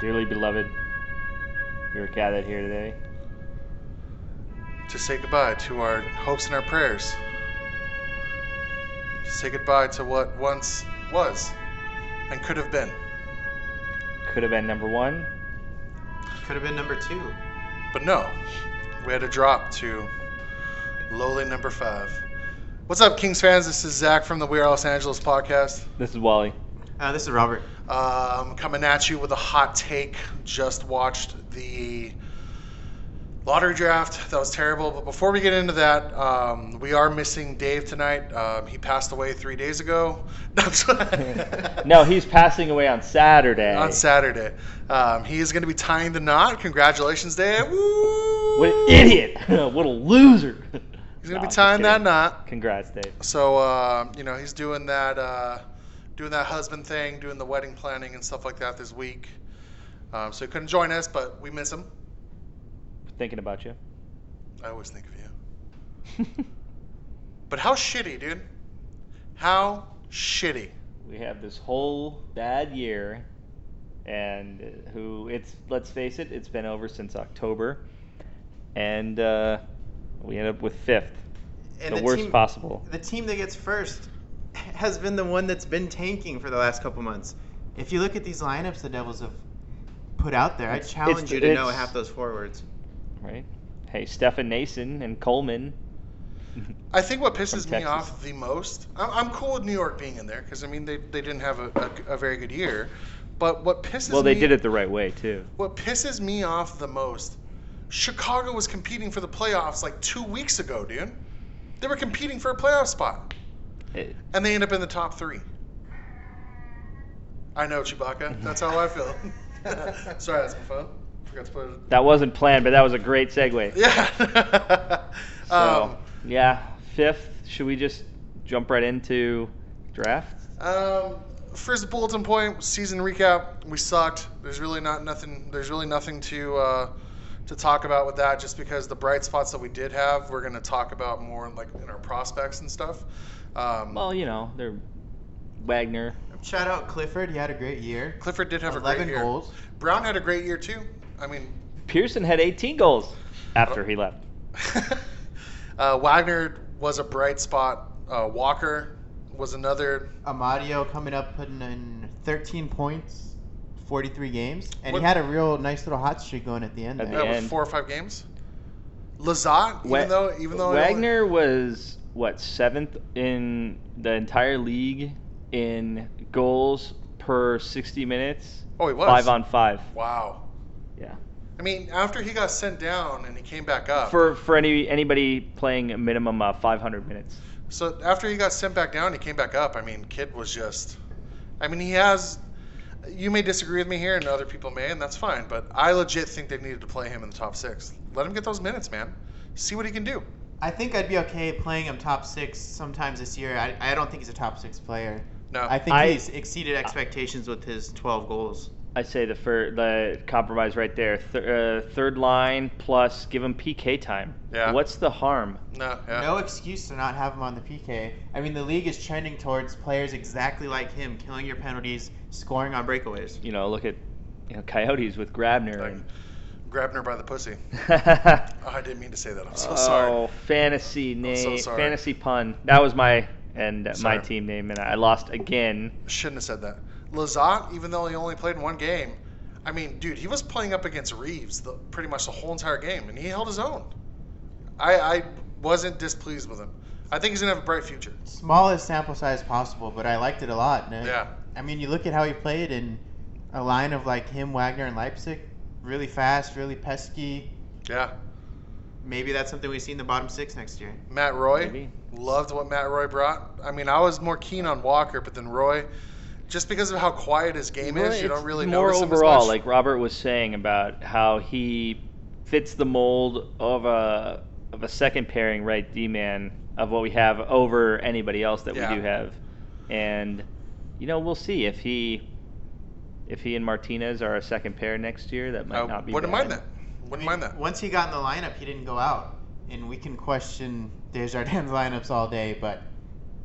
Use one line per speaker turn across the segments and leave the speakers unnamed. Dearly beloved, we are gathered here today.
to say goodbye to our hopes and our prayers. To say goodbye to what once was and could have been,
Could have been number one.
Could have been number two.
but no. We had to drop to lowly number five. What's up, Kings fans? This is Zach from the We Are Los Angeles podcast.
This is Wally.
Uh, this is Robert.
Um, coming at you with a hot take. Just watched the lottery draft. That was terrible. But before we get into that, um, we are missing Dave tonight. Um, he passed away three days ago. No, I'm sorry.
No, he's passing away on Saturday.
On Saturday. Um, he is going to be tying the knot. Congratulations, Dave. Woo!
What an idiot! what a loser!
He's going to
No, I'm
be
just
tying that
kidding.
knot.
Congrats, Dave.
So, um, you know, he's doing that, uh, doing that husband thing, doing the wedding planning and stuff like that this week. Um, so he couldn't join us, but we miss him.
Thinking about you.
I always think of you. But how shitty, dude? How shitty?
we have this whole bad year, and uh, who it's let's face it, it's been over since October, and uh, we end up with fifth,
And
the, worst
team,
possible.
The team that gets first has been the one that's been tanking for the last couple months. If you look at these lineups the Devils have put out there, I
It's-
challenge
it's-
you to know
it's-
half those forwards.
right? Hey, Stefan Nason and Coleman.
I think what pisses
From
me
Texas.
off the most, I'm, I'm cool with New York being in there because I mean they, they didn't have a, a, a very good year, but what pisses
well, they
me,
did it the right way too.
What pisses me off the most, Chicago was competing for the playoffs like two weeks ago, dude. They were competing for a playoff spot,
It-
and they end up in the top three. I know Chewbacca. That's how I feel. Sorry, that's my phone. Forgot to put it.
that wasn't planned, but that was a great segue.
Yeah. Um,
So, yeah, fifth. Should we just jump right into draft?
Um, first bulletin point, season recap. We sucked. There's really not nothing. There's really nothing to uh, to talk about with that. Just because the bright spots that we did have, we're gonna talk about more like in our prospects and stuff. Um,
Well, you know, they're Wagner.
Shout out Clifford. He had a great year.
Clifford did have a great
11
year.
goals.
Brown had a great year too. I mean,
Pearson had 18 goals after he left.
uh, Wagner was a bright spot. Uh, Walker was another.
Amadio coming up putting in 13 points, 43 games, and
What-
he had a real nice little hot streak going at the end.
At
there.
That was
And-
four or five games. Lazat, even
Wa-
though even though I only-
Wagner was what seventh in the entire league in goals per 60 minutes,
oh he was
five on five.
wow.
Yeah.
I mean, after he got sent down and he came back up.
For for any anybody playing a minimum of 500 minutes.
so after he got sent back down, he came back up. I mean, kid was just. I mean, he has. You may disagree with me here, and other people may, and that's fine. But I legit think they needed to play him in the top six. Let him get those minutes, man. See what he can do.
I think I'd be okay playing him top six sometimes this year. I, I don't think he's a top six player.
No,
I think
I-
he's exceeded expectations with his 12 goals.
I say the fir- the compromise right there. Th- uh, third line plus give him PK time.
Yeah.
What's the harm?
no, yeah.
No excuse to not have him on the PK. I mean, the league is trending towards players exactly like him, killing your penalties, scoring on breakaways.
You know, look at you know Coyotes with Grabner.
Like,
and-
grabbing her by the pussy. Oh, I didn't mean to say that. I'm so
Oh,
sorry.
fantasy name,
so sorry.
fantasy pun. That was my and uh, my
Sorry.
team name, and I lost again.
Shouldn't have said that. Lazat, even though he only played in one game, I mean, dude, he was playing up against Reeves the, pretty much the whole entire game, and he held his own. I, I wasn't displeased with him. I think he's gonna have a bright future.
Smallest sample size possible, but I liked it a lot. And it-
Yeah.
I mean, you look at how he played in a line of like him, Wagner, and Leipzig. Really fast, really pesky.
Yeah.
Maybe that's something we see in the bottom six next year.
Matt Roy.
Maybe.
Loved what Matt Roy brought. I mean, I was more keen on Walker, but then Roy, just because of how quiet his game
Well,
is, you
it's
don't really
more
notice him as
overall,
much.
like Robert was saying about how he fits the mold of a of a second pairing right D man of what we have over anybody else that
Yeah.
we do have, and you know we'll see if he if he and Martinez are a second pair next year. That might
Uh, I
not be.
Oh, wouldn't
bad.
mind that. Wouldn't
I mean,
mind that.
Once he got in the lineup, he didn't go out, and we can question Desjardins' lineups all day, but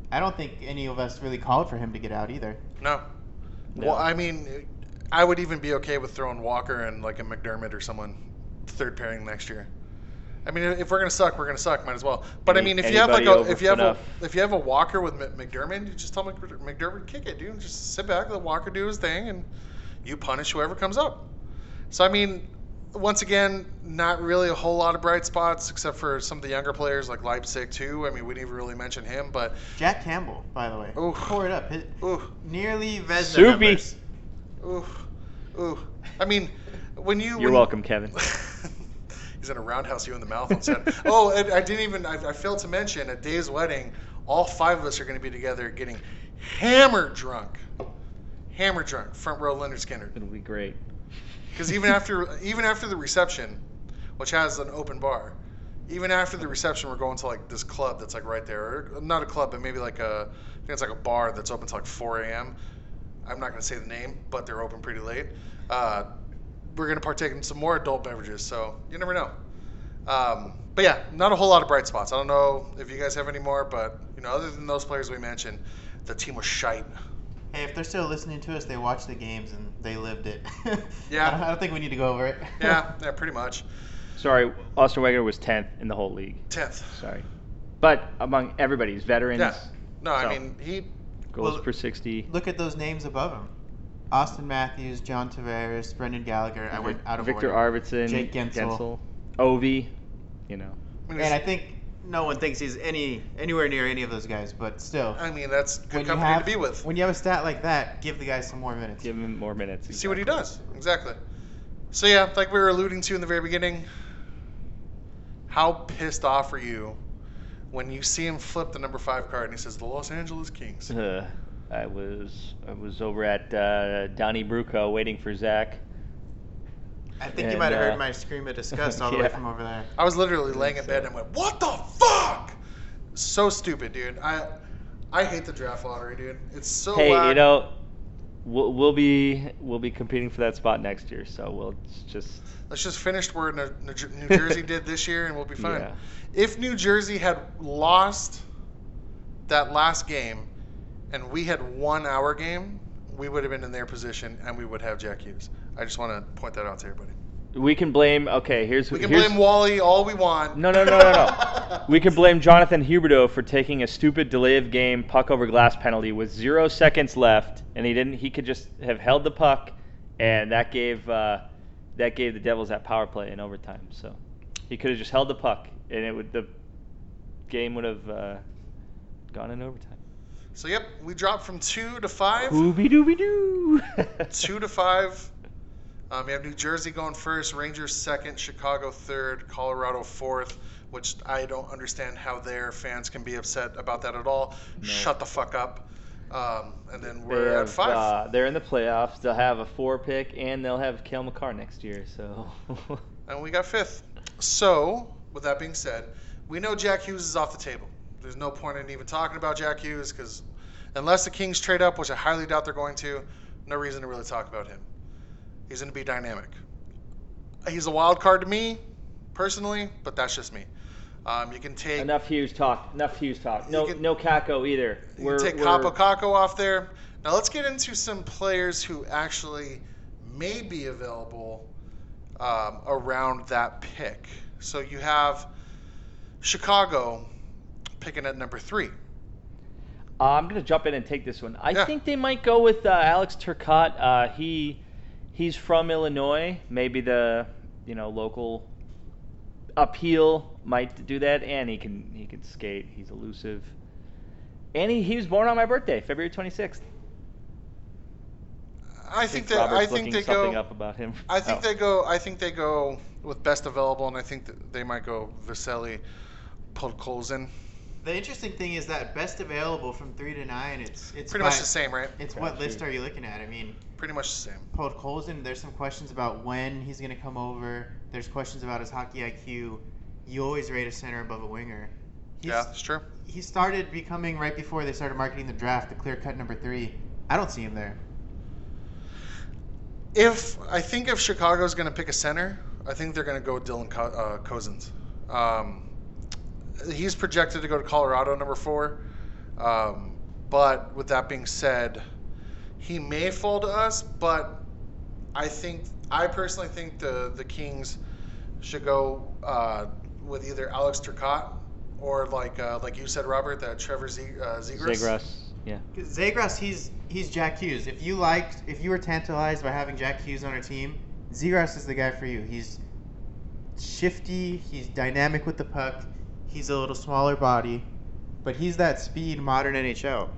I don't think any of us really called for him to get out either.
No.
No.
Well, I mean, I would even be okay with throwing Walker and like a McDermott or someone third pairing next year. I mean, if we're gonna suck, we're gonna suck. Might as well. But
Any-
I mean, if you have like
anybody
a
over
if you have a,
enough.
if you have a Walker with Mc- McDermott, you just tell Mc- McDermott kick it, dude. Just sit back, let Walker do his thing, and you punish whoever comes up. So I mean, once again, not really a whole lot of bright spots except for some of the younger players like Leipzig too. I mean, we didn't even really mention him, but
Jack Campbell, by the way,
Oof.
tore it up. His,
ooh,
nearly Vesna
Soupy.
numbers.
ooh, ooh. I mean, when you
You're
when-
welcome, Kevin.
He's in a roundhouse you in the mouth and said, "Oh, and I didn't even. I, I failed to mention at Dave's wedding, all five of us are going to be together, getting hammered drunk, hammered drunk, front row Leonard Skinner.
It'll be great.
Because even after even after the reception, which has an open bar, even after the reception, we're going to like this club that's like right there, or not a club, but maybe like a I think it's like a bar that's open till like 4 a.m. I'm not gonna say the name, but they're open pretty late. Uh, we're gonna partake in some more adult beverages, so you never know. Um, but yeah, not a whole lot of bright spots. I don't know if you guys have any more, but you know, other than those players we mentioned, the team was shite.
Hey, if they're still listening to us, they watched the games and they lived it.
Yeah.
I don't, I don't think we need to go over it.
Yeah, yeah, pretty much.
Sorry, Austin Wagner was 10th in the whole league.
Tenth.
Sorry. But among everybody's veterans,
Yeah. No,
So-
I mean he
goals
Well,
per 60.
Look at those names above him: Austin Matthews, John Tavares, Brendan Gallagher. I went out of
Victor
order.
Arvidsson,
Jake Gensel.
Ovi, you know.
I mean,
And I think no one thinks he's any anywhere near any of those guys, but still.
I mean, that's
when
good
you
company
have-
to be with.
When you have a stat like that, give the guy some more minutes.
Give him more minutes.
See what he
exactly.
does. Exactly. So, yeah, like we were alluding to in the very beginning, how pissed off are you when you see him flip the number five card and he says, the Los Angeles Kings?
Uh, I was I was over at uh, Donnie Bruco waiting for Zach.
I think you
And,
might have
uh,
heard my scream of disgust all the way
yeah.
from over there.
I was literally laying in bed and went, what the fuck? So stupid, dude. I I hate the draft lottery, dude. It's so uh,
hey,
whack.
you know, we'll, we'll be we'll be competing for that spot next year, so we'll just
Let's just finish where New, New Jer- New Jersey did this year, and we'll be fine.
Yeah.
If New Jersey had lost that last game, and we had won our game, we would have been in their position, and we would have Jack Hughes. I just want to point that out to everybody.
we can blame. Okay, here's
We can
here's,
blame Wally all we want.
No, no, no, no, no. We can blame Jonathan Huberto for taking a stupid delay of game puck over glass penalty with zero seconds left, and he didn't. He could just have held the puck, and that gave uh, that gave the Devils that power play in overtime. So he could have just held the puck, and it would the game would have uh, gone in overtime.
So yep, we dropped from two to five.
Ooby dooby doo.
two to five. Um, you have New Jersey going first, Rangers second, Chicago third, Colorado fourth. Which I don't understand how their fans can be upset about that at all.
No.
Shut the fuck up. Um, and then
They
we're at
have,
five.
Uh, they're in the playoffs. They'll have a four pick, and they'll have Kel McCarr next year. So
and we got fifth. So, with that being said, we know Jack Hughes is off the table. There's no point in even talking about Jack Hughes because unless the Kings trade up, which I highly doubt they're going to, no reason to really talk about him. He's going to be dynamic. He's a wild card to me, personally, but that's just me. Um, you can take
Enough Hughes talk. Enough Hughes talk. No,
You can-
no Kako either.
You can take Capo Caco off there. Now let's get into some players who actually may be available um, around that pick. So you have Chicago picking at number three.
Uh, I'm gonna jump in and take this one. I
Yeah.
think they might go with uh, Alex Turcotte. Uh, he he's from Illinois. Maybe the you know local appeal might do that, and he can he can skate. He's elusive, and he, he was born on my birthday, February 26th.
I think that I
Robert's
think
looking
they
something
go.
up about him.
I think
Oh.
they go. I think they go with best available, and I think that they might go Vasily Podkolzin.
The interesting thing is that best available from three to nine. It's it's
Pretty
by-
much the same, right?
It's
Yeah,
what list
sure.
are you looking at? I mean,
Pretty much the same.
Paul Colson. There's some questions about when he's going to come over. There's questions about his hockey IQ. You always rate a center above a winger. He's,
yeah, it's true.
He started becoming right before they started marketing the draft, the clear cut number three. I don't see him there.
If I think if Chicago's going to pick a center, I think they're going to go Dylan Co- uh, Cousins. Um, he's projected to go to Colorado, number four. Um, but with that being said, he may fall to us. But I think I personally think the the Kings should go uh, with either Alex Turcotte or like uh, like you said, Robert, that Trevor Z, uh, Zegras.
Zegras. Yeah.
'Cause Zegras, he's he's Jack Hughes. If you liked, if you were tantalized by having Jack Hughes on our team, Zegras is the guy for you. He's shifty. He's dynamic with the puck. He's a little smaller body, but he's that speed modern NHL.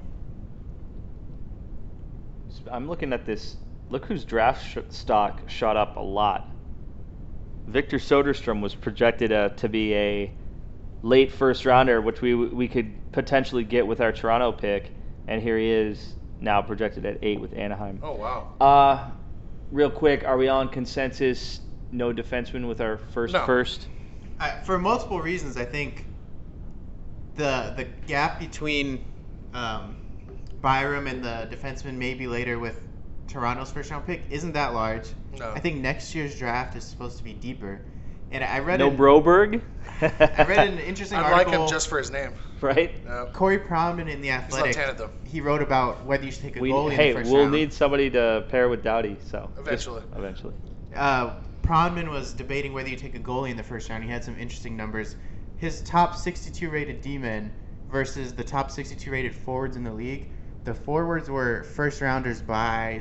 I'm looking at this. Look whose draft sh- stock shot up a lot. Victor Soderstrom was projected uh, to be a late first rounder, which we we could potentially get with our Toronto pick, and here he is now projected at eight with Anaheim.
Oh wow.
Uh, real quick, are we all in consensus? No defenseman with our first
No.
first.
I, for multiple reasons, I think the the gap between um, Byram and the defenseman maybe later with Toronto's first round pick isn't that large.
No.
I think next year's draft is supposed to be deeper. And I read
No
an,
Broberg.
I read an interesting
I like
article.
him just for his name.
right.
Yep.
Corey Promden in the
He's not
Athletic.
talented though.
He wrote about whether you should take a
We,
goalie
hey,
in the 1st
we'll
round.
need somebody to pair with Doughty. So just-
Eventually.
eventually.
uh, Pronman was debating whether you take a goalie in the first round. He had some interesting numbers. His top 62 rated D men versus the top 62 rated forwards in the league, the forwards were first rounders by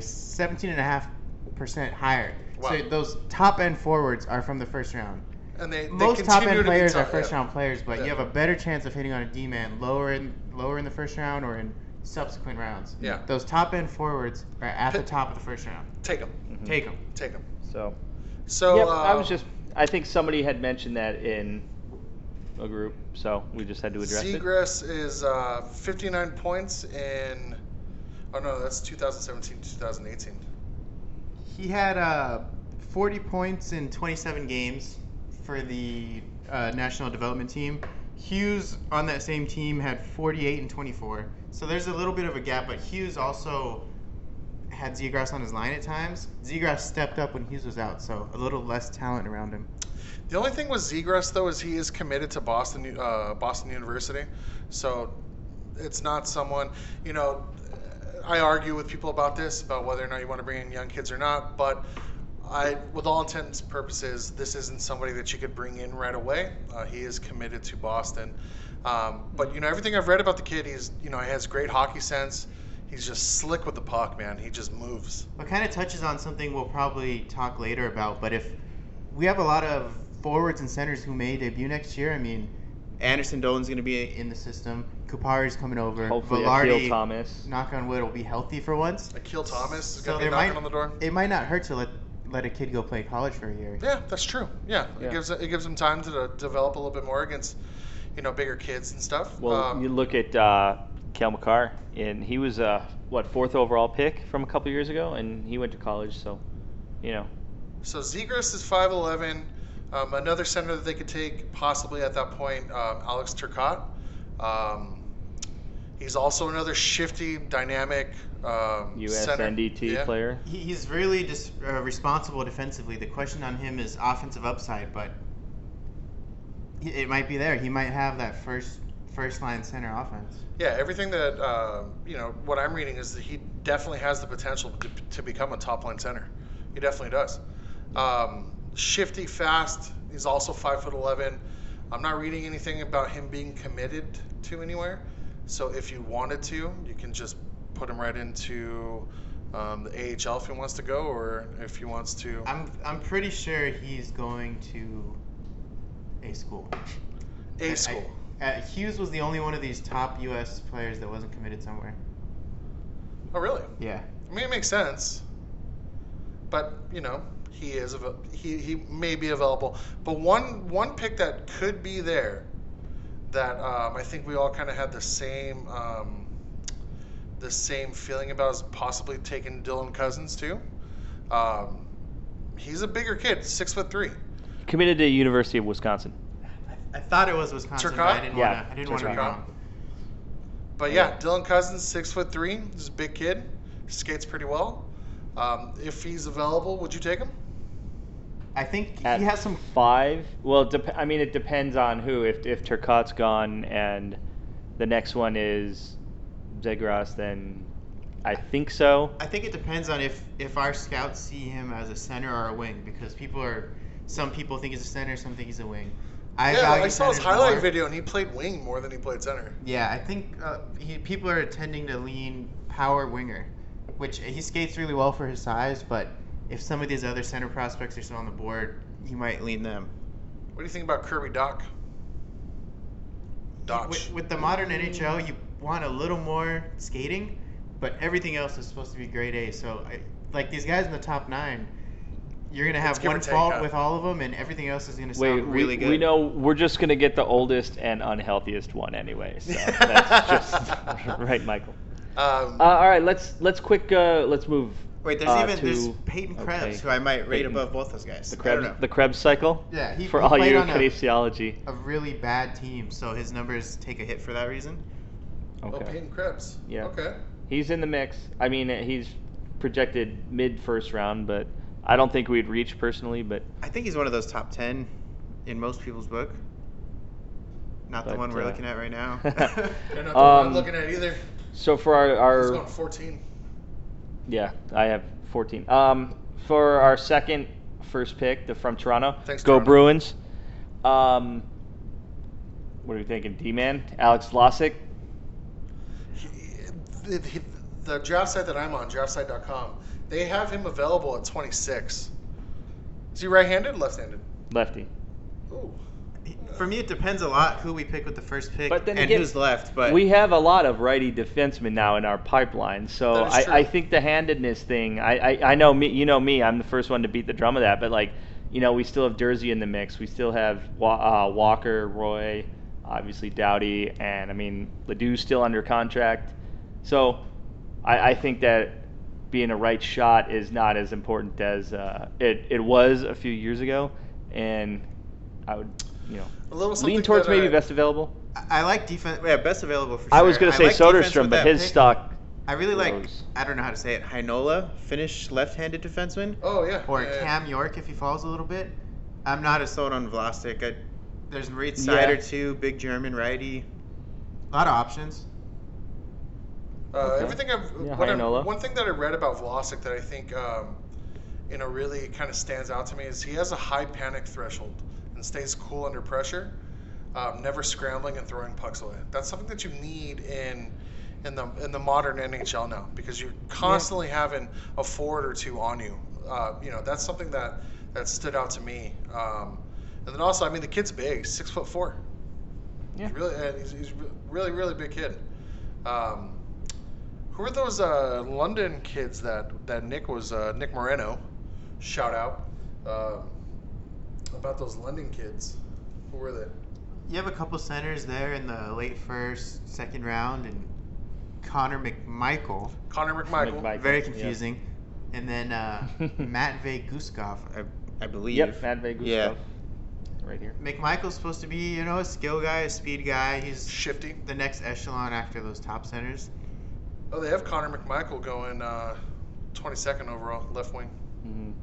17.5% higher.
Wow.
So those top end forwards are from the first round.
And they, they
Most top
continue
end
to be
players
tough,
are first
yeah.
round players, but
Yeah.
you have a better chance of hitting on a D man lower in lower in the first round or in subsequent rounds.
Yeah.
Those top end forwards are at the
Pick-
top of the first round.
Take him.
Mhm.
Take them.
Take him.
Mm-hmm. So.
So
yep,
uh,
I was just. I think somebody had mentioned that in a group, so we just had to address it.
Seagrass is uh, 59 points in. Oh no, that's 2017 2018.
He had uh, 40 points in 27 games for the uh, national development team. Hughes on that same team had 48 and 24. So there's a little bit of a gap, but Hughes also had Zegras on his line at times. Zegras stepped up when Hughes was out, so a little less talent around him.
The only thing with Zegras though is he is committed to Boston uh, Boston University, so it's not someone you know. I argue with people about this about whether or not you want to bring in young kids or not, but I, with all intents and purposes, this isn't somebody that you could bring in right away. Uh, he is committed to Boston, um, but you know everything I've read about the kid, he's you know he has great hockey sense. He's just slick with the puck, man. He just moves.
What kind of touches on something we'll probably talk later about, but if we have a lot of forwards and centers who may debut next year, I mean, Anderson Dolan's going to be in the system. Kupari's coming over.
Hopefully,
Velarde, uh,
Akil Thomas.
knock on wood, will be healthy for once.
Akil Thomas is
So
gonna be
there
knocking
might-
on the door.
It might not hurt to let let a kid go play college for a year.
Yeah, that's true. Yeah,
Yeah.
it gives it gives them time to de- develop a little bit more against, you know, bigger kids and stuff.
Well,
Um,
you look at uh, Kel McCarr, and he was uh, what fourth overall pick from a couple years ago, and he went to college, so you know.
so Zegras is five eleven. Um, another center that they could take possibly at that point, um, Alex Turcotte. Um, he's also another shifty, dynamic um, center.
USNDT
Yeah.
player.
He, he's really dis, uh, responsible defensively. The question on him is offensive upside, but he- it might be there. He might have that first first line center offense.
Yeah, everything that um, you know, what I'm reading is that he definitely has the potential to, to become a top line center. He definitely does. Um, shifty, fast. He's also five foot eleven. I'm not reading anything about him being committed to anywhere. So if you wanted to, you can just put him right into um, the AHL if he wants to go, or if he wants to.
I'm I'm pretty sure he's going to a school. I-
A
I-
school.
uh, Hughes was the only one of these top U.S. players that wasn't committed somewhere.
Oh, really?
Yeah.
I mean, it makes sense. But you know, he is av- he he may be available. But one one pick that could be there, that um, I think we all kind of had the same um, the same feeling about is possibly taking Dylan Cousins too. Um, he's a bigger kid, six foot three.
Committed to University of Wisconsin.
I, I thought it was Wisconsin, but I
Turcotte?
didn't
Yeah,
want to. I didn't want to be
Turcotte.
wrong.
But yeah, Dylan Cousins, six foot three. He's a big kid. Skates pretty well. Um, if he's available, would you take him?
I think
At
he has some
five. Well, it dep- I mean, it depends on who. If if Turcotte's gone and the next one is Zegras, then I think so.
I think it depends on if if our scouts see him as a center or a wing because people are some people think he's a center, some think he's a wing. I
yeah,
value
I saw his
centers
highlight
more.
video, and he played wing more than he played center.
Yeah, I think uh, he, people are tending to lean power winger, which he skates really well for his size. But if some of these other center prospects are still on the board, you might lean them.
What do you think about Kirby Doc? Doc.
With, with the modern NHL, you want a little more skating, but everything else is supposed to be grade A. So, I, like these guys in the top nine, you're gonna have
It's give or
one
take,
fault
huh?
with all of them, and everything else is gonna
Wait,
sound really
we,
good.
we know we're just gonna get the oldest and unhealthiest one anyway. So that's just right, Michael.
Um,
Uh, all right, let's let's quick uh, let's move.
Wait, there's
uh,
even there's
to-
Peyton Krebs,
okay.
who I might rate
Peyton-
above both those guys.
the
I don't
Krebs
know.
the Krebs cycle.
Yeah, he-
for
he
all
played
you
on a-
kinesiology.
a really bad team, so his numbers take a hit for that reason.
Oh,
Okay.
Peyton Krebs.
Yeah.
Okay.
He's in the mix. I mean, he's projected mid first round, but I don't think we'd reach personally. But
I think he's one of those top ten in most people's book. Not the
But,
one we're
uh,
looking at right now.
You're not the one I'm
Um,
looking at either.
so for our,
He's
our
going 14.
Yeah, I have 14. Um, for our second first pick, the from Toronto.
Thanks,
Go
Toronto.
Bruins. Um, what are we thinking? D-man, Alex Vlasic.
the, the- the draft site that I'm on, draftsite.com, they have him available at 26. Is he right-handed, left-handed?
lefty.
Ooh.
For me, it depends a lot who we pick with the first pick
But then
and
again,
who's left. But
we have a lot of righty defensemen now in our pipeline, so
That is true.
I, I think the handedness thing. I, I, I know me, you know me. I'm the first one to beat the drum of that, but like, you know, we still have Dersey in the mix. We still have Wa- uh, Walker, Roy, obviously Dowdy, and I mean Ledoux's still under contract. So, I, I think that being a right shot is not as important as uh, it it was a few years ago, and I would you
A
know
little something
lean towards
that,
maybe
uh,
best available.
I, I like defense. Yeah, best available for sure.
I was gonna say
like defense
Soderstrom,
with
but
that
his
pick.
stock.
I really like.
Rose.
I don't know how to say it. Heinola, Finnish left-handed defenseman,
Oh, yeah.
or
yeah, yeah.
Cam York if he falls a little bit. I'm not as sold on Vlasic. I, there's right
Yeah.
side or two, big German righty. A lot of options.
Uh,
Okay.
Everything I've,
Yeah,
what I'm,
Heinola.
one thing that I read about Vlasic that I think, um, you know, really kind of stands out to me is he has a high panic threshold and stays cool under pressure, um, never scrambling and throwing pucks away. That's something that you need in in the in the modern NHL now because you're constantly having a forward or two on you. Uh, you know, that's something that that stood out to me. Um, and then also, I mean, the kid's big, six foot four.
Yeah.
He's really, and he's, he's really, really big kid. Um, who are those uh, London kids that that Nick was uh, Nick Moreno? Shout out um, about those London kids. Who were they?
You have a couple centers there in the late first, second round, and Connor McMichael.
Connor McMichael.
McMichael.
Very
yeah.
confusing. And then uh, Matvey Guskov. I, I believe.
Yep, Matvei Guskov.
Yeah.
Right here.
McMichael's supposed to be, you know, a skill guy, a speed guy. He's
Shifty.
the next echelon after those top centers.
Oh, they have Connor McMichael going uh, 22nd overall, left wing.
Mhm.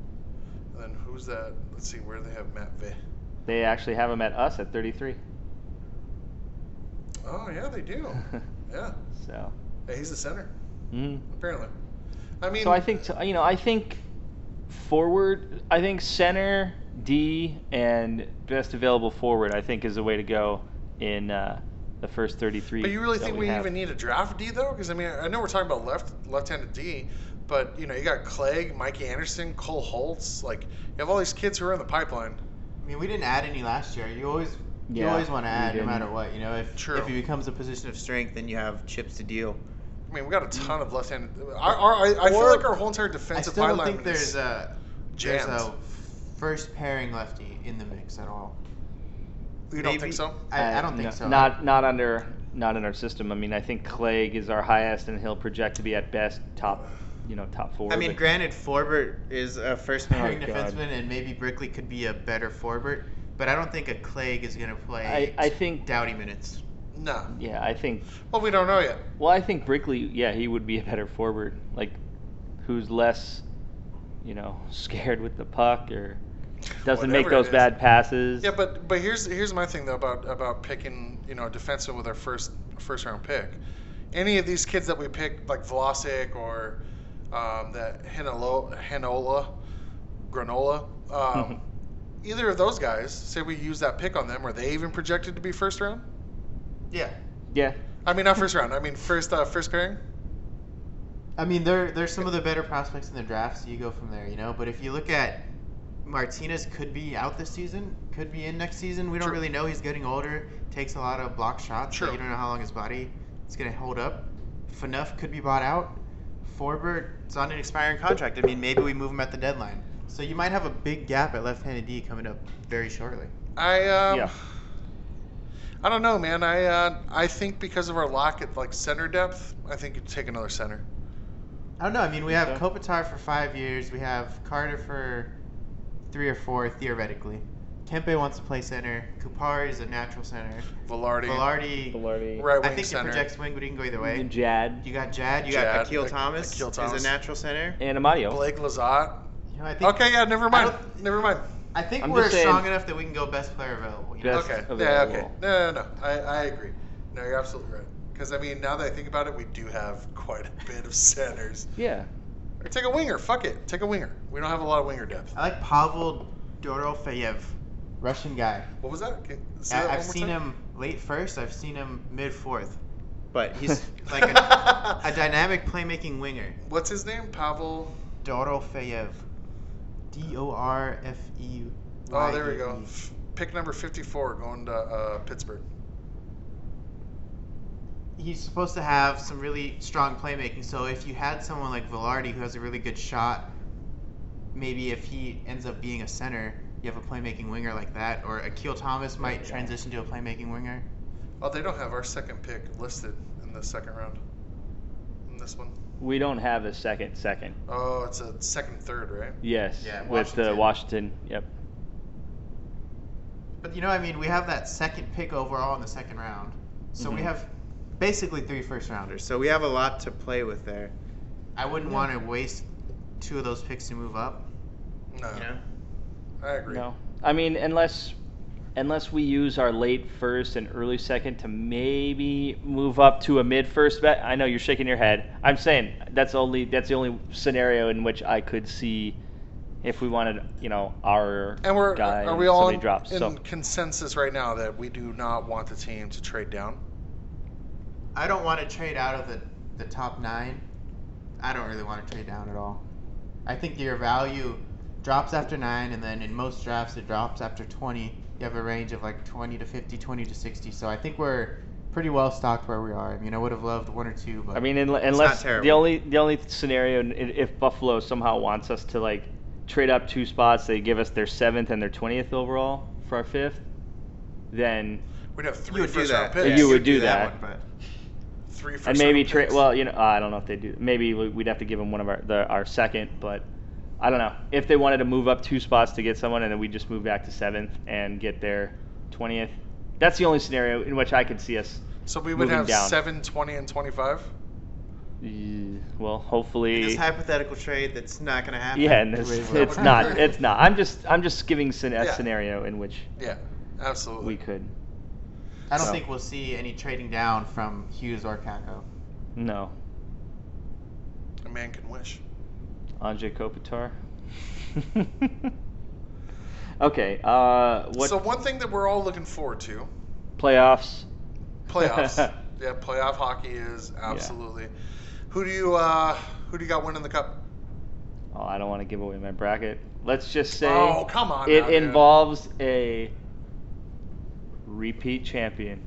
And then who's that? Let's see where they have Matt V.
They actually have him at us at 33.
Oh yeah, they do. yeah.
so.
Yeah, he's the center
mhm.
apparently. I mean,
so I think you know I think forward. I think center D and best available forward. I think is the way to go in uh, the first 33.
But you really
that
think we,
have.
even need a draft D though? Because I mean, I know we're talking about left left-handed D, but you know, you got Clegg, Mikey Anderson, Cole Holtz. Like you have all these kids who are in the pipeline.
I mean, we didn't add any last year. You always, you
Yeah,
always want to
we
add, no
didn't.
matter what. You know, if
True.
if he becomes a position of strength, then you have chips to deal.
I mean, we got a ton of left-handed. Our, our, I, I feel
Or-
like our whole entire
I
defensive
still don't
pipeline.
think there's
is,
a there's a
jammed.
first pairing lefty in the mix at all.
you don't
Maybe-
think so?
I, I don't
no-
think so.
Uh, Not not under not in our system. I mean, I think Clegg is our highest, and he'll project to be at best top, you know, top forward.
I mean,
but-
granted, Forbert is a first pairing
God.
defenseman, and maybe Brickley could be a better Forbert, but I don't think a Clegg is going to play
I, I think
Dowdy minutes.
No.
yeah, I think
Well, we don't know yet.
well, I think Brickley, yeah, he would be a better forward, like who's less, you know, scared with the puck or doesn't make
Whatever it
those
is.
bad passes.
Yeah, but but here's here's my thing though about about picking you know a defenseman with our first first round pick. any of these kids that we picked, like Velocic or um, that Hanola, Hanola Granola, um, either of those guys, say we use that pick on them, are they even projected to be first round?
Yeah.
Yeah.
I mean, not first round. I mean, first uh, first pairing.
I mean, they're, they're some of the better prospects in the draft, so you go from there, you know? But if you look at Martinez could be out this season, could be in next season. We don't
True.
really know. He's getting older, takes a lot of block shots. so
True.
You don't know how long his body is going to hold up. Fanuff could be bought out. Forbert, it's on an expiring contract. I mean, maybe we move him at the deadline. So you might have a big gap at left-handed D coming up very shortly.
I um,
Yeah.
I don't know, man. I uh, I think because of our lock at like center depth, I think you'd take another center.
I don't know. I mean, we have
Okay.
Kopitar for five years. We have Carter for three or four, theoretically. Kempe wants to play center. Kupari is a natural center.
Velarde,
Velarde,
Velarde.
right wing
I think it
center.
projects wing, but he can go either way.
And Jad.
You got Jad. You
Jad,
got Akil
Ak-
Thomas.
Akil
is
Thomas.
a natural center.
And Amadio.
Blake Lazat.
You know, I think,
Okay, yeah, never
I
mind.
don't-
Never mind.
I think
I'm
we're
just saying-
strong enough that we can go best player available. You know?
Best-
Okay. Yeah.
available.
Okay. No, no, no. I, I agree. No, you're absolutely right. Because I mean, now that I think about it, we do have quite a bit of centers.
Yeah.
Or take a winger. Fuck it. Take a winger. We don't have a lot of winger depth.
I like Pavel Dorofeyev, Russian guy.
What was that? Can, say
I,
that one
I've
more
seen
time?
him late first. I've seen him mid fourth, but he's like a, a dynamic playmaking winger.
What's his name? Pavel.
Dorofeyev, D O R F E.
Oh, there we go. F- Pick number 54 going to uh, Pittsburgh.
he's supposed to have some really strong playmaking. So if you had someone like Velarde who has a really good shot, maybe if he ends up being a center, you have a playmaking winger like that, or Akil Thomas might transition to a playmaking winger.
Oh, they don't have our second pick listed in the second round. In this one.
We don't have the second second.
Oh, it's a second, third, right?
Yes.
Yeah,
with the
Washington.
Washington. Yep.
But you know, I mean, we have that second pick overall in the second round, so we
Mm-hmm.
Mhm.
have basically three first rounders. So we have a lot to play with there. I wouldn't want to waste two of those picks to move up.
No,
You know?
I agree.
No. I mean, unless unless we use our late first and early second to maybe move up to a mid first bet. I know you're shaking your head. I'm saying that's only that's the only scenario in which I could see if we wanted, you know, our
And we're
guy
are
and
we all
somebody
in,
drops.
in
So
consensus right now that we do not want the team to trade down?
I don't want to trade out of the, the top nine. I don't really want to trade down at all. I think your value drops after nine, and then in most drafts, it drops after 20. You have a range of like 20 to 50, 20 to 60. So I think we're pretty well stocked where we are. I mean, I would have loved one or two, but
I mean, unle- unless the
terrible.
only the only scenario in- in- if Buffalo somehow wants us to like trade up two spots, they give us their seventh and their twentieth overall for our fifth, then
We'd have
you
three
would do
first round
that.
picks.
You would do that.
one,
Three first
and maybe
round
trade.
picks.
Well, you know, I don't know if they do. Maybe we- we'd have to give them one of our the, our second, but I don't know if they wanted to move up two spots to get someone, and then we just move back to seventh and get their twentieth. That's the only scenario in which I could see us.
so we would
moving
have
down.
seven, twenty, and 25.
eh, Well,
but
hopefully,
this hypothetical trade that's not going to happen.
yeah, and it's,
Wait,
it's
wait.
not. It's not. I'm just I'm just giving scen- a
Yeah.
scenario in which
Yeah, absolutely.
we could.
I don't
So.
think we'll see any trading down from Hughes or Kako.
No,
A man can wish.
Andre Kopitar. okay. Uh, what
So one thing that we're all looking forward to
playoffs?
playoffs. yeah, playoff hockey is absolutely. Who do you uh, who do you got winning the cup?
Oh, I don't want to give away my bracket. Let's just say
Oh, come on
it
now, dude.
involves a repeat champion.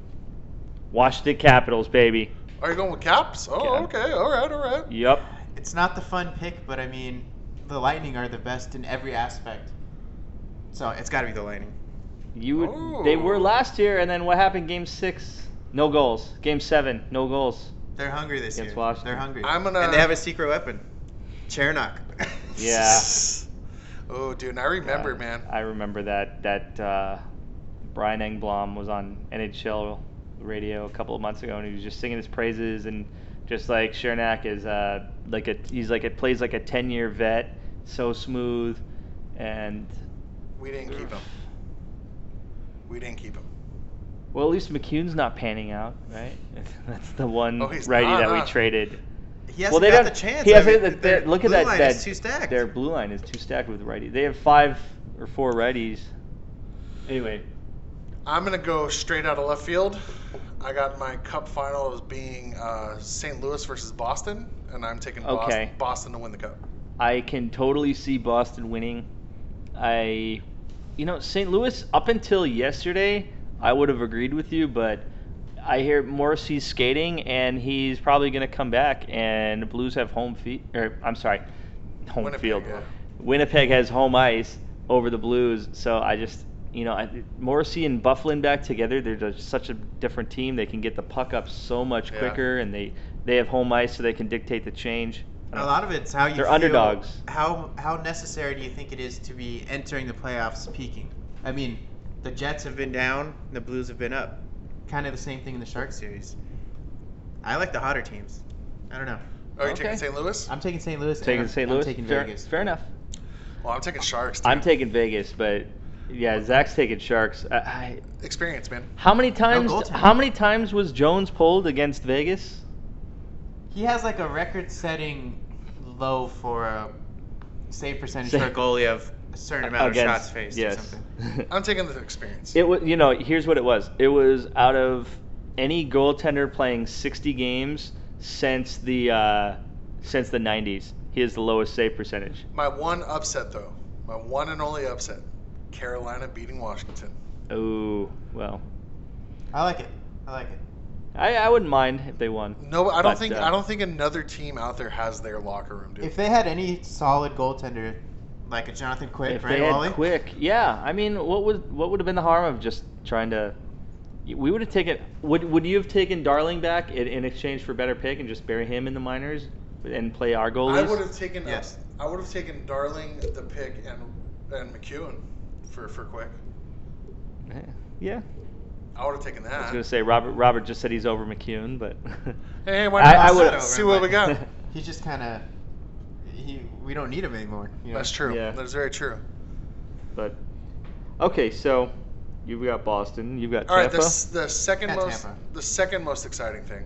Washington Capitals, baby.
Are you going with Caps? Oh,
Yeah.
okay. All right, all right.
Yup.
It's not the fun pick, but I mean, the Lightning are the best in every aspect. So it's got to be the Lightning.
You would, they were
Ooh.
last year, and then what happened? Game six, no goals. Game seven, no goals.
They're hungry this
Against
year.
Washington.
They're hungry.
I'm gonna-
And they have a secret weapon, Chernak.
Yeah.
Oh, dude, and I remember,
Yeah.
man.
Uh, I remember that that uh, Brian Engblom was on NHL radio a couple of months ago, and he was just singing his praises and just like Chernak is uh, like a he's like it plays like a ten year vet, so smooth, and
We didn't keep him. We didn't keep him.
Well, at least McCune's not panning out, right? That's the one
Oh, he's
righty
not,
that
huh?
we traded.
He hasn't
well, they
got
don't.
the chance.
He
I
hasn't.
mean,
the-
their
the- look at
blue
that.
Line
that
is too stacked.
Their blue line is too stacked with righty. They have five or four righties. Anyway,
I'm gonna go straight out of left field. I got my cup final as being uh, St. Louis versus Boston, and I'm taking Bos-
Okay.
Boston, to win the cup.
I can totally see Boston winning. I, you know, St. Louis up until yesterday, I would have agreed with you, but I hear Morrissey's skating and he's probably going to come back. And the Blues have home feet, or I'm sorry, home
Winnipeg,
field.
yeah.
Winnipeg has home ice over the Blues, so I just. You know, I, Morrissey and Bufflin back together. They're just such a different team. They can get the puck up so much
Yeah.
quicker, and they they have home ice, so they can dictate the change. I
A
don't-
lot of it's how you.
They're
feel-
underdogs.
How how necessary do you think it is to be entering the playoffs peaking? I mean, the Jets have been down, the Blues have been up. Kind of the same thing in the Shark series. I like the hotter teams. I don't know.
Are you Oh, taking
Okay.
St. Louis?
I'm taking St. Louis. and
Taking
I'm-
St.
I'm
Louis.
taking
fair,
Vegas.
fair enough.
well, I'm taking Sharks.
I'm
dude.
taking Vegas, but yeah, Zach's taking Sharks. I, I,
experience, man.
how many times?
goaltender.
how many times was Jones pulled against Vegas?
He has like a record-setting low for a save percentage
Save-
for a goalie of a certain amount
against,
of shots faced
yes.
or something.
I'm taking the experience.
it was. You know, here's what it was. It was out of any goaltender playing 60 games since the uh, since the 90s. He has the lowest save percentage.
My one upset, though, my one and only upset, Carolina beating Washington.
Oh well,
I like it. I like it.
I, I wouldn't mind if they won.
No, I don't
But,
think
uh,
I don't think another team out there has their locker room, dude.
If they had any solid goaltender, like a Jonathan Quick,
if
right,
they had
Wally?
quick, yeah. I mean, what would what would have been the harm of just trying to? We would have taken. Would Would you have taken Darling back in, in exchange for better pick and just bury him in the minors and play our
I
goalies?
would have taken uh,
Yes.
I would have taken Darling the pick and and McEwen for for quick.
Eh, Yeah,
I would have taken
I was
that.
gonna say Robert. Robert just said he's over McCune, but
Hey, why not?
I- I
Let's
would've-
see what we got.
He's just kind of. He, we don't need him anymore. You know?
That's true.
Yeah.
That's very true.
but okay, so you've got Boston, you've got
All right,
Tampa.
the, s- the second
At
most
Tampa.
the second most exciting thing.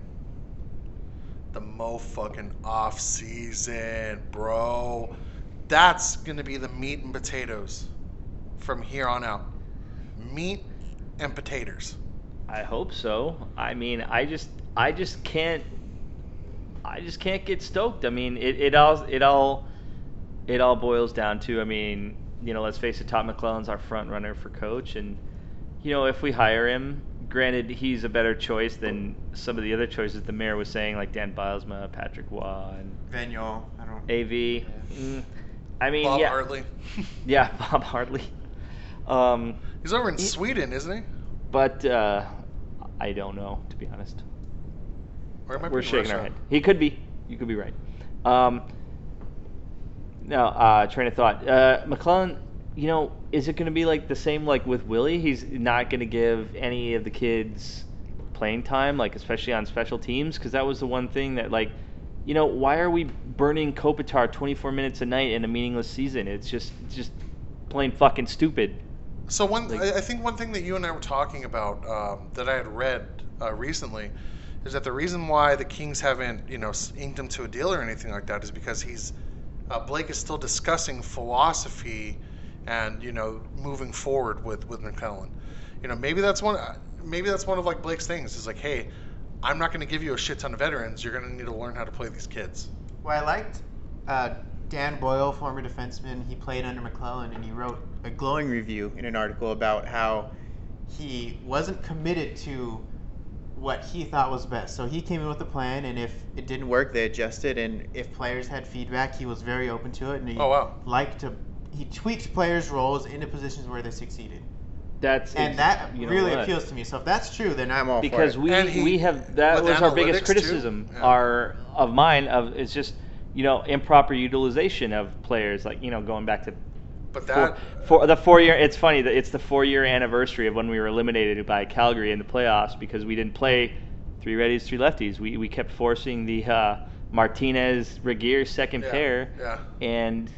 The mo fucking off season, bro. That's gonna be the meat and potatoes from here on out. Meat and potatoes.
I hope so. I mean, I just I just can't I just can't get stoked. I mean, it, it all it all it all boils down to I mean, you know, let's face it, Todd McClellan's our front runner for coach and you know, if we hire him, granted he's a better choice than some of the other choices the mayor was saying like Dan Bilesma, Patrick Waugh, and
Vigneault, I don't.
AV. Mm, I mean,
Bob
yeah.
Hartley.
Yeah, Bob Hartley. Um,
He's over in Sweden, isn't he?
but uh, I don't know to be honest.
Or it might be
We're
in
shaking our
Russia.
head. He could be. You could be right. Um, no, uh, train of thought. Uh, McClellan, you know, is it going to be like the same like with Willie? He's not going to give any of the kids playing time, like especially on special teams, because that was the one thing that like, you know, why are we burning Kopitar 24 minutes a night in a meaningless season? It's just it's just plain fucking stupid.
So one,
Like-
I I think one thing that you and I were talking about um, that I had read uh, recently is that the reason why the Kings haven't, you know, s- inked him to a deal or anything like that is because he's uh, Blake is still discussing philosophy and you know moving forward with with McClellan. You know, maybe that's one. uh, Maybe that's one of like Blake's things is like, hey, I'm not going to give you a shit ton of veterans. You're going to need to learn how to play these kids.
Well, I liked uh, Dan Boyle, former defenseman. He played under McClellan, and he wrote a glowing review in an article about how he wasn't committed to what he thought was best. So he came in with a plan, and if it didn't work, they adjusted. And if players had feedback, he was very open to it, and he
Oh, wow.
liked to he tweaked players' roles into positions where they succeeded.
That's
And
ex-
that
you know
really
what?
appeals to me. So if that's true, then I'm all
because
for it.
we
And he-
we have that
with
was our biggest
analytics, too.
criticism
Yeah.
our of mine of it's just you know improper utilization of players like you know going back to
But
four,
that
four, the four year it's funny that it's the four year anniversary of when we were eliminated by Calgary in the playoffs because we didn't play three righties three lefties we we kept forcing the uh, Martinez Regier second
yeah,
pair
yeah.
and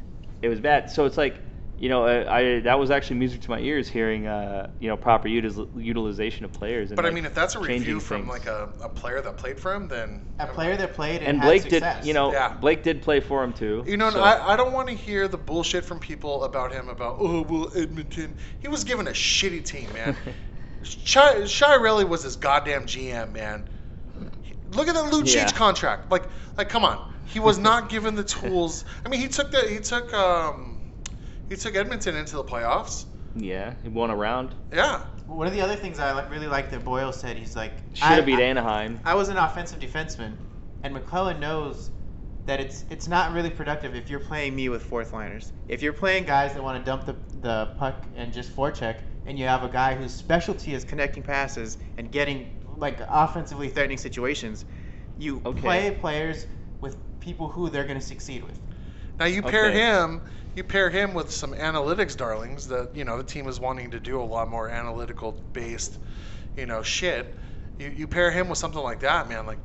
it was bad so it's like you know, I, I that was actually music to my ears hearing, uh, you know, proper util- utilization of players. And
But I
like,
mean, if that's a review
changing
from
things.
like a, a player that played for him, then
A player that played and,
and
had
Blake did,
success.
you know,
Yeah.
Blake did play for him too.
You know,
so-
I, I don't want to hear the bullshit from people about him about, oh, well, Edmonton. He was given a shitty team, man. Chi- Shirelli was his goddamn GM, man. Look at that Lucic
Yeah.
contract. Like, like, come on. He was not given the tools. I mean, he took the he took um he took Edmonton into the playoffs.
yeah, he won a round.
Yeah,
One of the other things I like, really like that Boyle said, he's like,
Should have
I-
beat
I-
Anaheim.
I was an offensive defenseman, and McClellan knows that it's it's not really productive if you're playing me with fourth liners. If you're playing guys that want to dump the, the puck and just forecheck, and you have a guy whose specialty is connecting passes and getting like offensively threatening situations, you
Okay.
play players with people who they're going to succeed with.
Now you pair
Okay.
him, you pair him with some analytics darlings that you know the team is wanting to do a lot more analytical based, you know, shit. You, you pair him with something like that, man. Like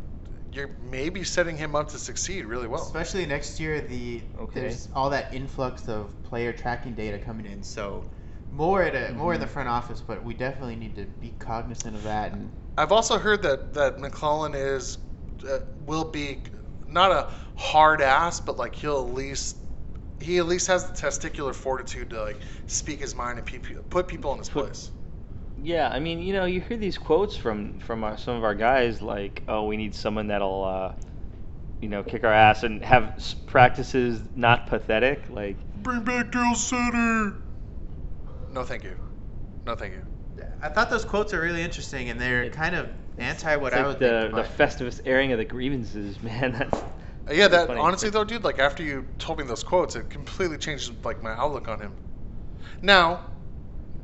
you're maybe setting him up to succeed really well.
Especially next year, the
Okay.
there's all that influx of player tracking data coming in, so more at a, more in the front office, but we definitely need to be cognizant of that and.
I've also heard that that McClellan is uh, will be not a hard ass, but like he'll at least he at least has the testicular fortitude to like speak his mind and pe- put people in his
Put-
place.
Yeah, I mean, you know, you hear these quotes from from our, some of our guys, like, "Oh, we need someone that'll, uh, you know, kick our ass and have s- practices not pathetic." Like,
Bring back Daryl Sutter. No, thank you. No, thank you.
I thought those quotes are really interesting, and they're kind of anti what
it's
I
like
would
the
think.
the
but-
Festivus airing of the grievances, man. That's
Uh, Yeah, that
Funny.
honestly though, dude. Like after you told me those quotes, it completely changed like my outlook on him. Now,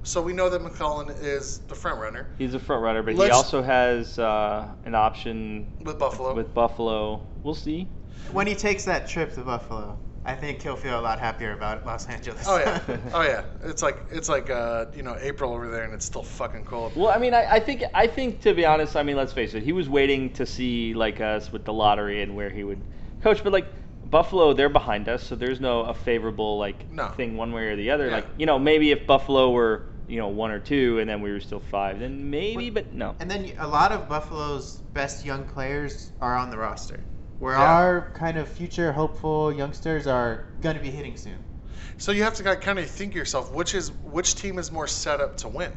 so we know that McClellan is the front runner
he's a front runner, but he
Let's-
also has uh, an option
with Buffalo.
with Buffalo. We'll see.
when he takes that trip to Buffalo, I think he'll feel a lot happier about Los Angeles.
oh yeah, oh yeah. It's like it's like uh, you know April over there, and it's still fucking cold.
Well, I mean, I, I think I think to be honest, I mean, let's face it, he was waiting to see like us with the lottery and where he would coach, but like Buffalo, they're behind us, so there's no a favorable like
No.
thing one way or the other.
Yeah.
Like you know, maybe if Buffalo were you know one or two, and then we were still five, then maybe, but no.
And then a lot of Buffalo's best young players are on the roster, where
Yeah.
our kind of future hopeful youngsters are going to be hitting soon.
So you have to kind of think yourself which is which team is more set up to win.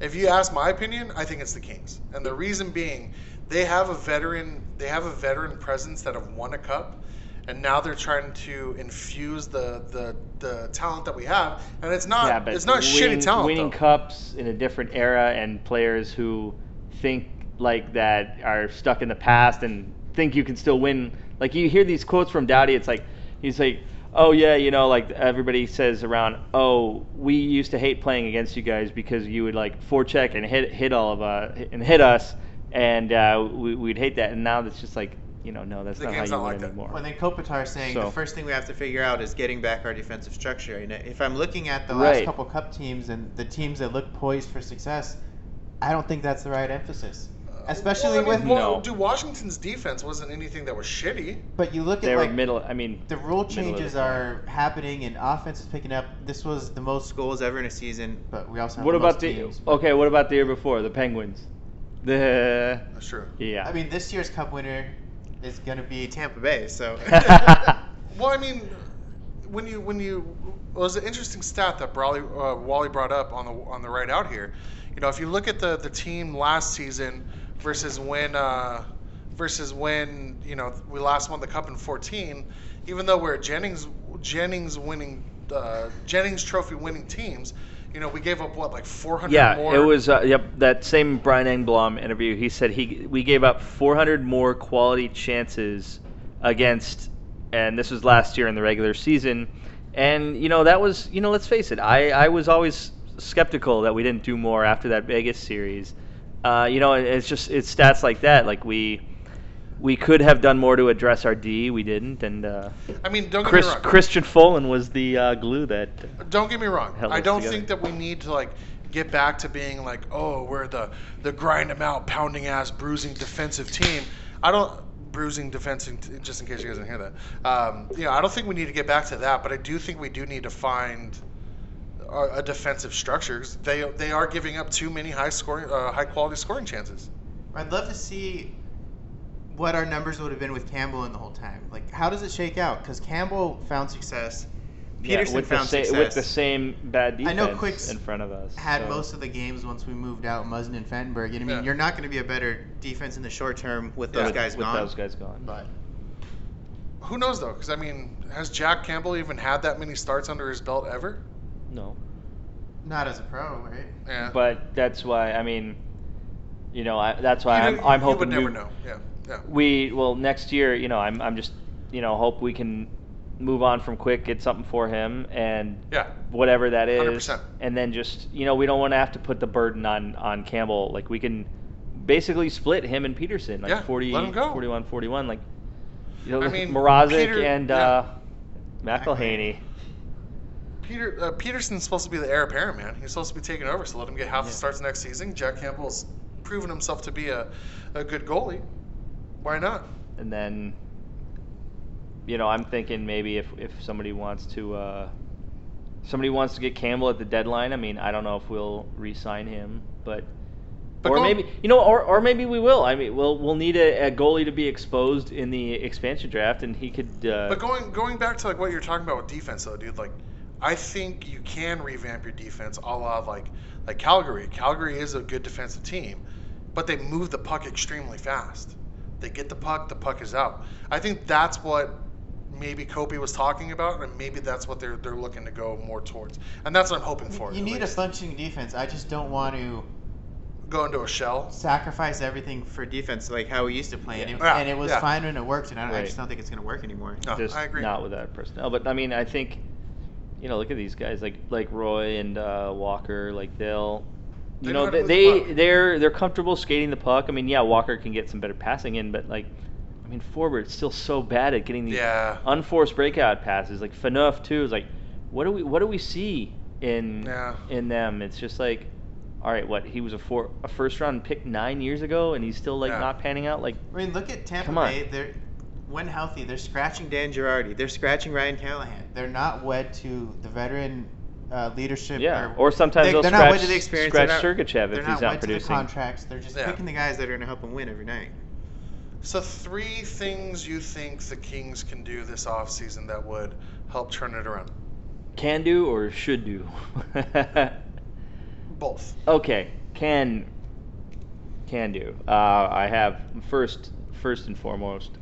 If you ask my opinion, I think it's the Kings, and the reason being, they have a veteran they have a veteran presence that have won a cup, and now they're trying to infuse the the, the talent that we have, and it's not
yeah, but
it's not
winning,
shitty talent.
Winning
though.
cups in a different era, and players who think like that are stuck in the past and think you can still win. Like you hear these quotes from Dowdy, it's like he's like, "Oh yeah, you know, like everybody says around, oh, we used to hate playing against you guys because you would like forecheck and hit hit all of us and hit us, and uh, we, we'd hate that. And now it's just like, you know, no, that's
The
not how
game's
you
not
win
like that.
anymore.
Well, then Kopitar is saying
So-
the first thing we have to figure out is getting back our defensive structure. And if I'm looking at the
Right.
last couple Cup teams and the teams that look poised for success, I don't think that's the right emphasis. Especially
Uh, Well, I mean,
with,
more-
well,
No.
dude, Washington's defense wasn't anything that was shitty.
but you look
they
at
were
like
middle. I mean,
the rule
middle of the
changes
pack.
are happening and offense is picking up. This was the most goals ever in a season, but we also have
What
the
about
most
the
teams. but-
okay? What about the year before? The Penguins. The
That's true.
yeah.
I mean, this year's Cup winner is going to be Tampa Bay. So
Well, I mean, when you when you well, it was an interesting stat that Brawley, uh, Wally brought up on the on the right out here. You know, if you look at the the team last season versus when uh, versus when you know we last won the cup in 14, even though we're Jennings Jennings winning uh, Jennings Trophy winning teams, you know we gave up what like 400
yeah,
more.
it was uh, yep that same Brian Engblom interview. He said he we gave up 400 more quality chances against, and this was last year in the regular season, and you know that was you know let's face it, I I was always skeptical that we didn't do more after that Vegas series, uh, you know and it's just it's stats like that like we. We could have done more to address our D. We didn't, and uh,
I mean, don't get
Chris
me wrong.
Christian Folan was the uh, glue that.
don't get me wrong.
Held
I
us
don't
together.
think that we need to like get back to being like, oh, we're the the grind 'em out, pounding ass, bruising defensive team. I don't. bruising defense, in- just in case you guys didn't hear that. Um, you know, I don't think we need to get back to that, but I do think we do need to find a, a defensive structure. 'cause They they are giving up too many high scoring, uh, high quality scoring chances.
I'd love to see what our numbers would have been with Campbell in the whole time. Like, how does it shake out? Because Campbell found success. Peterson
with
found
the sa-
success.
with the same bad
I
defense
know Quick's
in front of us.
had
so-
most of the games once we moved out Muzzin and Fenberg. And I mean,
Yeah.
you're not going to be a better defense in the short term with those
with-
guys
with
gone.
those guys gone.
But
Who knows though? Because I mean, has Jack Campbell even had that many starts under his belt ever?
No,
not as a pro, right?
Yeah.
but that's why I mean, you know, I, that's why
You
I'm,
know,
I'm
you
hoping
would never
we,
know. Yeah, yeah.
we well next year. You know, I'm I'm just you know hope we can move on from Quick, get something for him, and
Yeah.
whatever that is,
100%.
and then just you know we don't want to have to put the burden on on Campbell. Like we can basically split him and Peterson, like
Yeah,
40,
let 'em go.
41, 41. Like you know,
I mean,
Mrazek
Peter-
and
yeah.
uh, McElhaney.
Peter uh, Peterson's supposed to be the heir apparent, man. He's supposed to be taking over, so let him get half the starts next season. Jack Campbell's proven himself to be a, a good goalie. Why not?
and then you know I'm thinking maybe if if somebody wants to uh, somebody wants to get Campbell at the deadline. I mean I don't know if we'll re-sign him, but.
But
or
go-
maybe you know, or, or maybe we will. I mean, we'll we'll need a, a goalie to be exposed in the expansion draft, and he could. Uh,
But going going back to like what you're talking about with defense though, dude, like I think you can revamp your defense a la like like Calgary. Calgary is a good defensive team, but they move the puck extremely fast. They get the puck, the puck is out. I think that's what maybe Kopi was talking about, and maybe that's what they're they're looking to go more towards. And that's what I'm hoping for.
You
at
need a
least.
functioning defense. I just don't want to
go into a shell.
sacrifice everything for defense like how we used to play. And, it,
Yeah.
and it was
Yeah.
fine when it worked, and I, I
Right.
just don't think it's going to work anymore.
No,
just
Oh, I agree.
not with that personnel. But I mean, I think, you know, look at these guys like like Roy and uh, Walker. Like they'll, you
They know
know,
how to
they,
move the
they
puck.
they're they're comfortable skating the puck. I mean, yeah, Walker can get some better passing in, but like, I mean, Forward's still so bad at getting these
Yeah.
unforced breakout passes. Like Faneuf too is like, what do we what do we see in
Yeah.
in them? It's just like. All right, what he was a four, a first round pick nine years ago, and he's still like
Yeah.
not panning out. Like,
I mean, look at Tampa
Come on.
Bay. They're when healthy, they're scratching Dan Girardi. They're scratching Ryan Callahan. They're not wed to the veteran uh, leadership.
yeah,
or,
or sometimes
they,
they'll
are
scratch,
not wed to the experience.
scratch
they're not,
Sergachev
they're
if
not
he's not
wed to
producing.
the contracts. They're just
Yeah.
picking the guys that are going to help them win every night.
So three things you think the Kings can do this offseason that would help turn it around.
Can do or should do?
Both.
okay, can can do. Uh, I have first first and foremost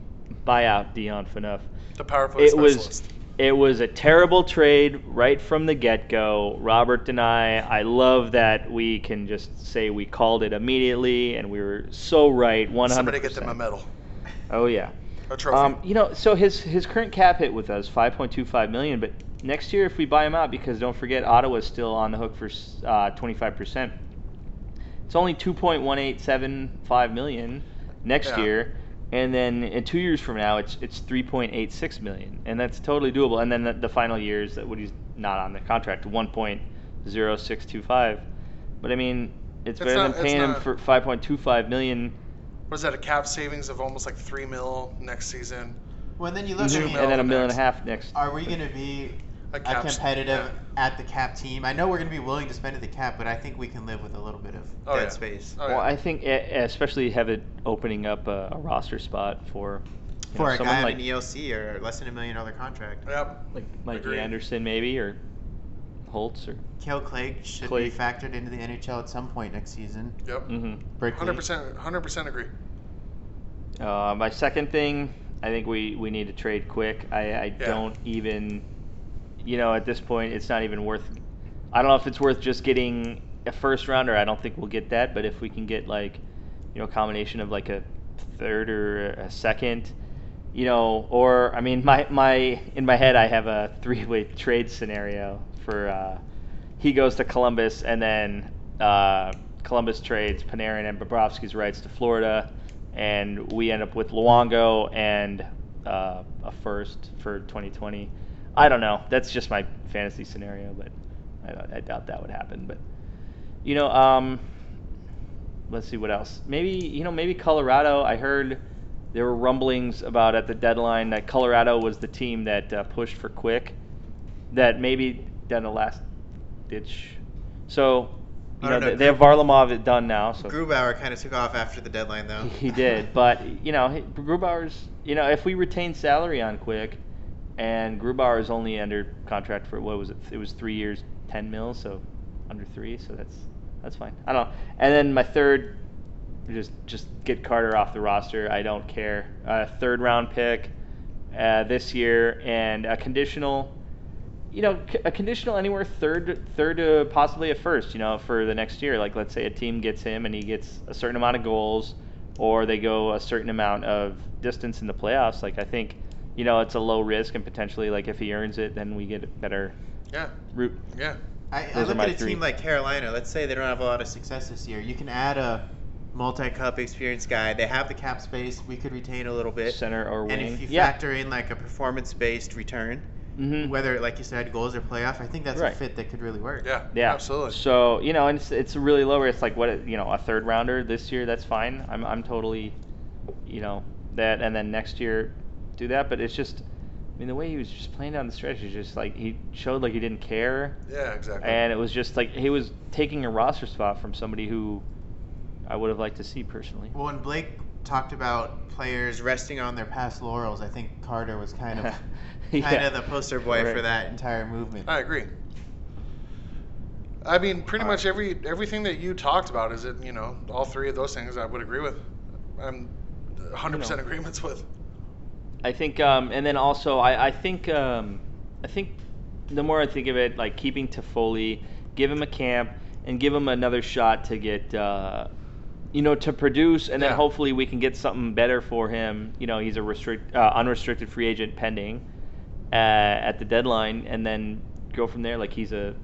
buy out Dion Phaneuf.
The power play
It
specialist.
was it was a terrible trade right from the get go. Robert and I, I love that we can just say we called it immediately and we were so right. One hundred.
Somebody get them a medal,
Oh yeah.
a trophy.
Um, you know, so his his current cap hit with us 5.25 million, but next year if we buy him out, because don't forget Ottawa's still on the hook for s- uh, 25%. It's only 2.1875 million next
Yeah.
year, and then in two years from now, it's it's 3.86 million, and that's totally doable. And then the, the final years that Woody's not on the contract, 1.0625. But I mean, it's
It's
better
not-
than
it's
paying him
not-
for 5.25 million.
was that a cap savings of almost like three mil next season?
Well, and then you look at
Zoom
me.
out.
and then a million and a
next.
half next.
Are we going to be
A
a,
cap-
competitive at the cap team? I know we're going to be willing to spend at the cap, but I think we can live with a little bit of
Oh,
dead
yeah.
space.
Oh,
Well,
yeah.
I think e- especially have it opening up a, a roster spot for you
For
know,
a
someone
guy E on
like
an ELC or less than a million dollar contract,
Yep.
like Mikey
Agreed.
Anderson maybe or Holtz or
Kale Clegg should
Clegg.
be factored into the NHL at some point next season.
Yep.
hmm
Berkeley.
Hundred percent. Hundred percent agree.
Uh, my second thing, I think we, we need to trade quick. I, I don't even, you know, at this point, it's not even worth. I don't know if it's worth just getting a first rounder. I don't think we'll get that, but if we can get like, you know, a combination of like a third or a second, you know, or I mean, my my in my head, I have a three way trade scenario for. Uh, he goes to Columbus, and then uh, Columbus trades Panarin and Bobrovsky's rights to Florida, and we end up with Luongo and uh, a first for 2020. I don't know. That's just my fantasy scenario, but I, don't- I doubt that would happen. But you know, um, let's see what else. Maybe you know, maybe Colorado. I heard There were rumblings about at the deadline that Colorado was the team that uh, pushed for Quick, that maybe done a last ditch. So, you know,
I don't
they,
know.
they have Varlamov done now. So
Grubauer kind of took off after the deadline, though.
he did, but you know, he- Grubauer's. You know, if we retain salary on Quick, and Grubauer is only under contract for what was it? It was three years, ten mil, so under three. So that's that's fine. I don't. know. And then my third, just just get Carter off the roster. I don't care. Uh, third round pick uh, this year, and a conditional. You know, c- a conditional anywhere third, third to possibly a first. You know, for the next year, like let's say a team gets him and he gets a certain amount of goals, or they go a certain amount of distance in the playoffs. Like I think, you know, it's a low risk and potentially like if he earns it, then we get a better
Yeah,
route.
yeah.
I, I
Those are
look
my
at a
three.
team like Carolina. Let's say they don't have a lot of success this year. You can add a multi-cup experienced guy. They have the cap space. We could retain a little bit.
Center or wing.
and if you
yeah.
factor in like a performance-based return,
Mhm.
whether like you said goals or playoff, I think that's
Right.
a fit that could really work.
Yeah,
Yeah,
absolutely.
So you know, and it's it's really lower. It's like what you know, a third rounder this year. That's fine. I'm I'm totally, you know, that. And then next year, do that. But it's just, I mean, the way he was just playing down the stretch is just like he showed like he didn't care,
Yeah, exactly.
and it was just like he was taking a roster spot from somebody who I would have liked to see personally.
Well, when Blake talked about players resting on their past laurels, I think Carter was kind of kind
Yeah.
of the poster boy
Right.
for that entire movement.
I agree. I mean, pretty much every everything that you talked about is it. You know, all three of those things I would agree with. I'm 100
You
percent
know.
agreements with.
I think, um, and then also, I, I think, um, I think, the more I think of it, like keeping Toffoli, give him a camp, and give him another shot to get, uh, you know, to produce, and
Yeah.
then hopefully we can get something better for him. You know, he's a restrict, uh, unrestricted free agent pending uh, at the deadline, and then go from there. Like he's a,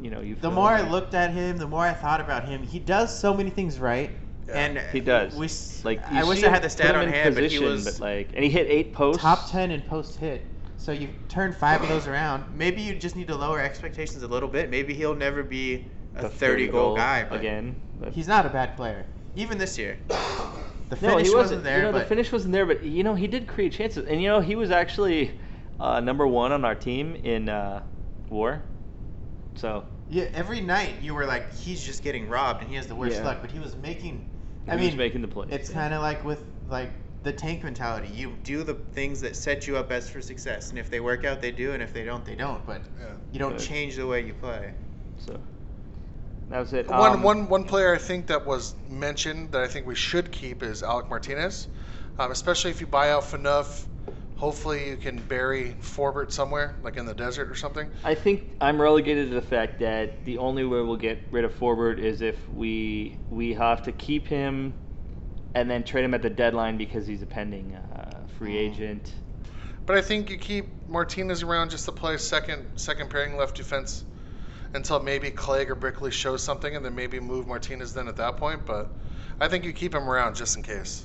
you know, you.
The more I looked at him, the more I thought about him. He does so many things right,
Yeah.
and
He does.
We, s-
like you
I wish
see
I
him-
had the
put
stat
him
on
in
hand,
position,
but he was
like, and he hit eight posts.
top ten in post hit. So you turn five of those around. Maybe you just need to lower expectations a little bit. Maybe he'll never be a
the
30 goal guy but
again. but-
He's not a bad player, even this year. The
No,
finish
he wasn't,
wasn't there,
You know, the
but
finish wasn't there, but you know he did create chances, and you know he was actually uh, number one on our team in uh, WAR. So
yeah, every night you were like, he's just getting robbed and he has the worst
Yeah.
luck. But he was making. I
he
mean,
was making the plays.
It's
yeah.
kind of like with like the tank mentality. You do the things that set you up best for success, and if they work out, they do, and if they don't, they don't. But
Yeah.
you don't
Right.
change the way you play.
so. That was it.
One,
Um,
one, one player I think that was mentioned that I think we should keep is Alec Martinez, um, especially if you buy out Fanuff. Hopefully, you can bury Forbert somewhere, like in the desert or something.
I think I'm relegated to the fact that the only way we'll get rid of Forbert is if we we have to keep him, and then trade him at the deadline because he's a pending uh, free
Mm.
agent.
But I think you keep Martinez around just to play second second pairing left defense until maybe Clegg or Brickley shows something, and then maybe move Martinez then at that point. But I think you keep him around just in case.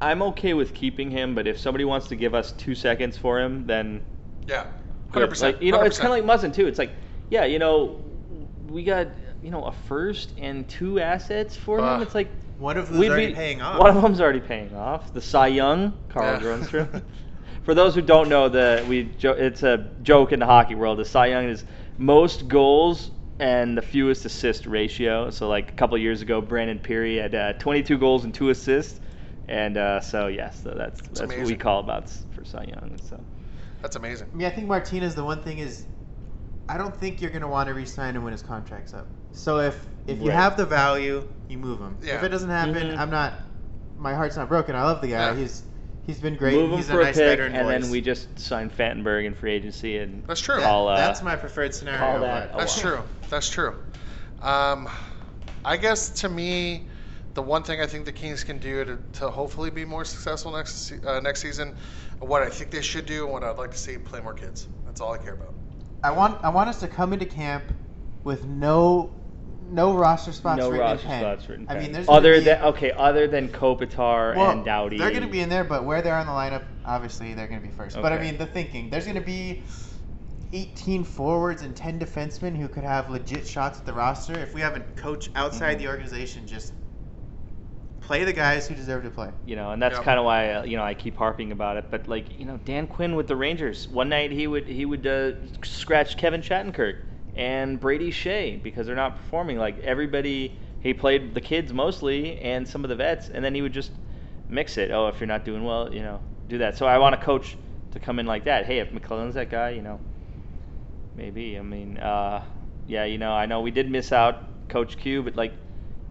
I'm okay with keeping him, but if somebody wants to give us two seconds for him, then
Yeah,
good.
hundred percent.
Like, you know, it's kind of like Muzzin too. It's like, yeah, you know, we got you know a first and two assets for
Ugh.
him. It's like
One of
we'd
them's already
be-
paying off.
One of them's already paying off. The Cy Young, Carl
Yeah.
Grundstrom. for those who don't know, the we jo- it's a joke in the hockey world. The Cy Young is most goals and the fewest assist ratio. So like a couple years ago, Brandon Peary had uh, 22 goals and two assists. And uh, so yes, so that's that's, what we
amazing.
call about for Cy Young. So
that's amazing.
I mean, I think Martinez. The one thing is, I don't think you're gonna want to re-sign him when his contract's up. So if if you
Right.
have the value, you move him. If
Yeah.
it doesn't happen,
Mhm.
I'm not. My heart's not broken. I love the guy.
Yeah.
He's he's been great.
move him
he's
for
a
a,
nice
pick,
veteran
and
voice.
then we just sign Fantenberg in free agency and
That's true.
That-
I'll, uh,
that's my preferred scenario.
call that
but-
a
That's
lot.
true. That's true. Um, I guess to me, the one thing I think the Kings can do to, to hopefully be more successful next se- uh, next season, what I think they should do, and what I'd like to see, play more kids. That's all I care about.
I want I want us to come into camp with no no roster spots
no
written
roster
in pen.
spots written.
I mean,
pen.
there's gonna
other
be-
than okay, other than Kopitar
well,
and Dowdy.
They're going to be in there, but where they are in the lineup, obviously they're going to be first. But I
Okay.
mean, the thinking there's going to be 18 forwards and 10 defensemen who could
Mm-hmm.
have legit shots at the roster if we have a coach outside the organization just play the guys who deserve to play.
you know, and that's
Yep.
kind of why uh, you know I keep harping about it. But like you know, Dan Quinn with the Rangers, one night he would he would uh, scratch Kevin Shattenkirk and Brady Shea because they're not performing. Like everybody, he played the kids mostly and some of the vets, and then he would just mix it. Oh, if you're not doing well, you know, do that. So I want a coach to come in like that. Hey, if McClellan's that guy, you know, Maybe. I mean, uh, yeah, you know, I know we did miss out Coach Q, but like,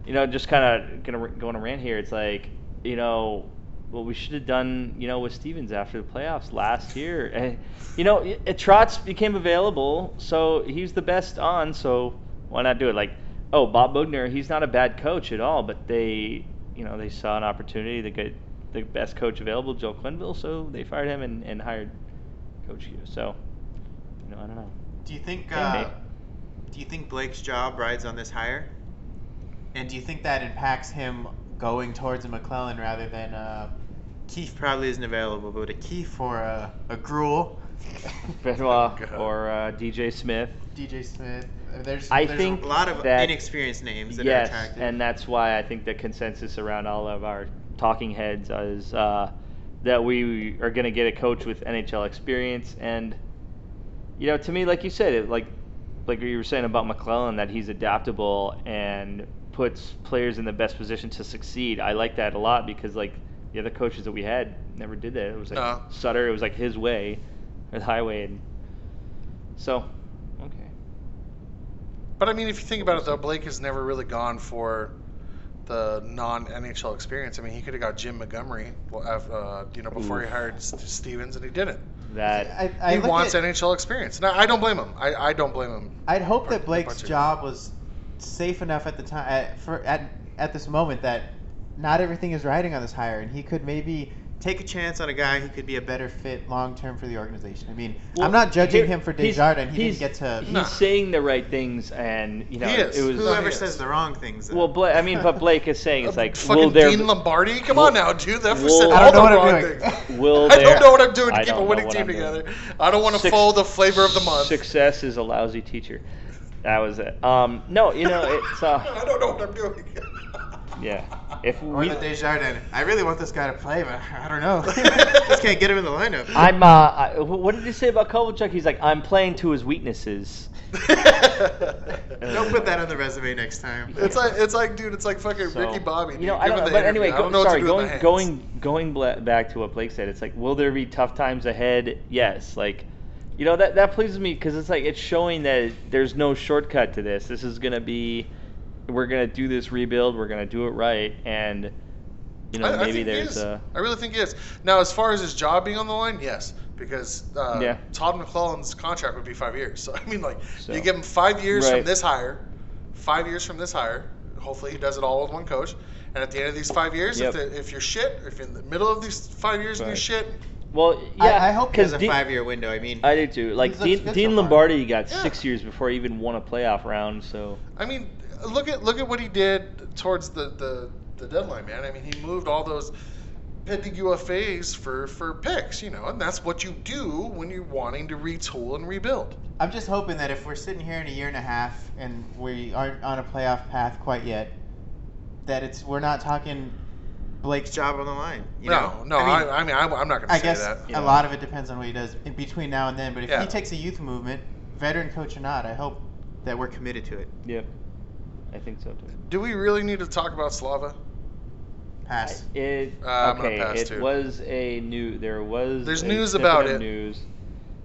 you know, just kind of gonna go on a rant here. It's like, you know, what we should have done, you know, with Stevens after the playoffs last year, and you know, it, it- Trotz became available, so he's the best on. So why not do it? Like, oh, Bob Bugner, he's not a bad coach at all, but they, you know, they saw an opportunity to get the best coach available, Joe Quinville, so they fired him and, and hired Coach Q. So, you know, I don't know.
Do you think
Hey,
uh,
mate.
do you think Blake's job rides on this hire? And do you think that impacts him going towards a McClellan rather than uh, Keith probably isn't available, but a Keefe or a, a Gruel,
Benoit
God.
or uh, DJ Smith.
DJ Smith. uh,
There's,
I
there's
think
A lot of
that,
inexperienced names that
yes,
are attractive.
and that's why I think the consensus around all of our talking heads is uh, that we are going to get a coach with NHL experience. And you know, to me, like you said, it, like like you were saying about McClellan, that he's adaptable and puts players in the best position to succeed. I like that a lot because like the other coaches that we had never did that. It was like
No.
Sutter. It was like his way, or the highway, and so okay.
But I mean, if you think about it, though, Blake has never really gone for the non NHL experience. I mean, he could have got Jim Montgomery, well, af- uh, you know, before he
Oof.
hired S- Stevens, and he didn't.
That
He wants NHL experience. No, I don't blame him. I, I don't blame him.
I'd hope
Part-
that Blake's
part two.
job was safe enough at the time at, for, at at this moment that not everything is riding on this hire, and he could maybe take a chance on a guy who could be a better fit long term for the organization. I mean,
Well,
I'm not judging
here-
him for
he's-
Desjardins; he
he's-
didn't get to.
he's
Nah.
saying the right things, and you know,
He is.
it was
Whoever
Whoever says the wrong things.
well. Bla- I mean, but Blake is saying it's
Uh,
like,
fucking
will there,
Dean Lombardi? Come on now, dude. That
Well-
said
I
all
don't know
the
what I'm
wrong
doing.
things.
will
I
there-
don't know what I'm doing
I
to keep
don't
a
know
winning
what
team
I'm doing.
together. I don't want to
Six-
follow the flavor of the month.
Success is a lousy teacher. That was it. Um, no, you know, it's
I
uh,
don't know what I'm doing.
yeah. If
or
we,
the Desjardins. I really want this guy to play, but I don't know. Just can't get him in the lineup.
I'm uh, I, wh- what did he say about Kovalchuk? He's like, I'm playing to his weaknesses.
don't put that on the resume next time.
It's like it's like, dude, it's like fucking
So,
Ricky Bobby. Dude.
You know, I
Give him
don't,
the
but anyway,
interview. I
go,
don't know what to
sorry,
do with my
going
hands.
going going bla- back to what Blake said. It's like, will there be tough times ahead? Yes, like. You know that that pleases me because it's like it's showing that there's no shortcut to this. This is gonna be, we're gonna do this rebuild. We're gonna do it right, and you know
I- I
maybe
think he
there's
is.
a
I really think he is. Now, as far as his job being on the line, yes, because uh,
Yeah.
Todd McClellan's contract would be five years. So I mean, like,
So-
you give him five years
Right.
from this hire, five years from this hire. Hopefully, he does it all with one coach. And at the end of these five years,
Yep.
if, the, if you're shit, if you're in the middle of these five years and
Right.
you're shit,
well yeah.
I, I hope he has a
Dean-
five-year window. I mean,
I do too. Like
He's looked
Dean,
good
Dean
so far.
Lombardi got
Yeah.
six years before he even won a playoff round. So
I mean, look at look at what he did towards the the, the deadline, man. I mean, he moved all those pending UFAs for for picks, you know, and that's what you do when you're wanting to retool and rebuild.
I'm just hoping that if we're sitting here in a year and a half and we aren't on a playoff path quite yet, that it's we're not talking Blake's job on the line. You
no,
know?
no,
I
I
mean,
I, mean, I, am not going to
I
say
guess
that.
yeah.
a lot of it depends on what he does in between now and then. But if
Yeah.
he takes a youth movement, veteran coach or not, I hope that we're committed to it.
yep, I think so too.
Do we really need to talk about Slava?
Pass.
It
Uh, I'm gonna
okay.
pass,
it
too.
was a new. There was.
There's
a
news
snippet
about
of
it.
News.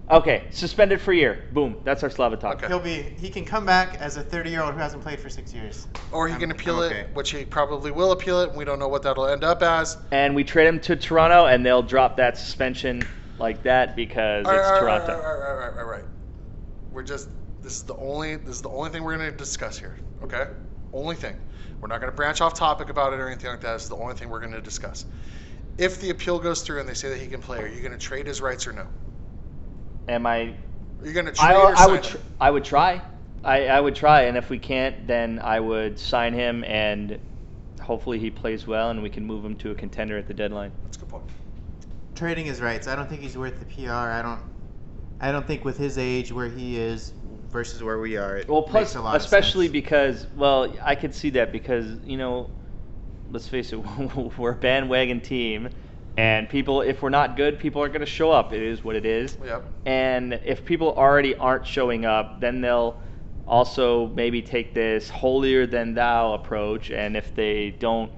Okay, suspended for a year. Boom. That's our Slava talk.
Okay.
He'll be he can come back as a 30 year old who hasn't played for six years.
Or he
I'm-
can appeal
I'm okay.
it, which he probably will appeal it. And we don't know what that'll end up as.
And we trade him to Toronto, and they'll drop that suspension like that because
All right,
it's
all right,
Toronto.
All right, all right, all right, all right, all right. We're just this is the only this is the only thing we're going to discuss here. Okay, only thing. We're not going to branch off topic about it or anything like that. This is the only thing we're going to discuss. If the appeal goes through and they say that he can play, are you going to trade his rights or no?
Am I?
Are you going to trade
I,
or
I
sign
would.
him?
Tr- I would try. I, I would try, and if we can't, then I would sign him, and hopefully he plays well, and we can move him to a contender at the deadline.
That's a good point.
trading his rights. I don't think he's worth the PR. I don't. I don't think with his age, where he is versus where we are, it
Well,
makes
plus,
a lot
especially
of sense.
because, well, I could see that because you know, let's face it, we're a bandwagon team, and people, if we're not good, people aren't going to show up. It is what it is.
Yep.
And if people already aren't showing up, then they'll also maybe take this holier than thou approach. And if they don't,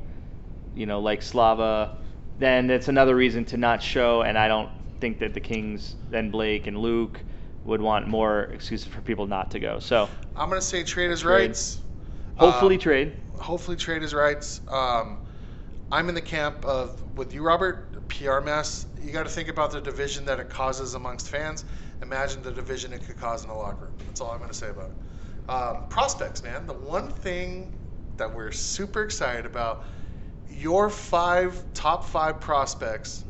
you know, like Slava, then that's another reason to not show. And I don't think that the Kings, then Blake and Luke, would want more excuses for people not to go. So
I'm gonna say trade his
Trade.
rights.
hopefully,
Um,
trade.
hopefully trade his rights. Um, I'm in the camp of with you, Robert. PR mess. You got to think about the division that it causes amongst fans. Imagine the division it could cause in the locker room. That's all I'm going to say about it. Um, prospects, man. The one thing that we're super excited about. Your five top five prospects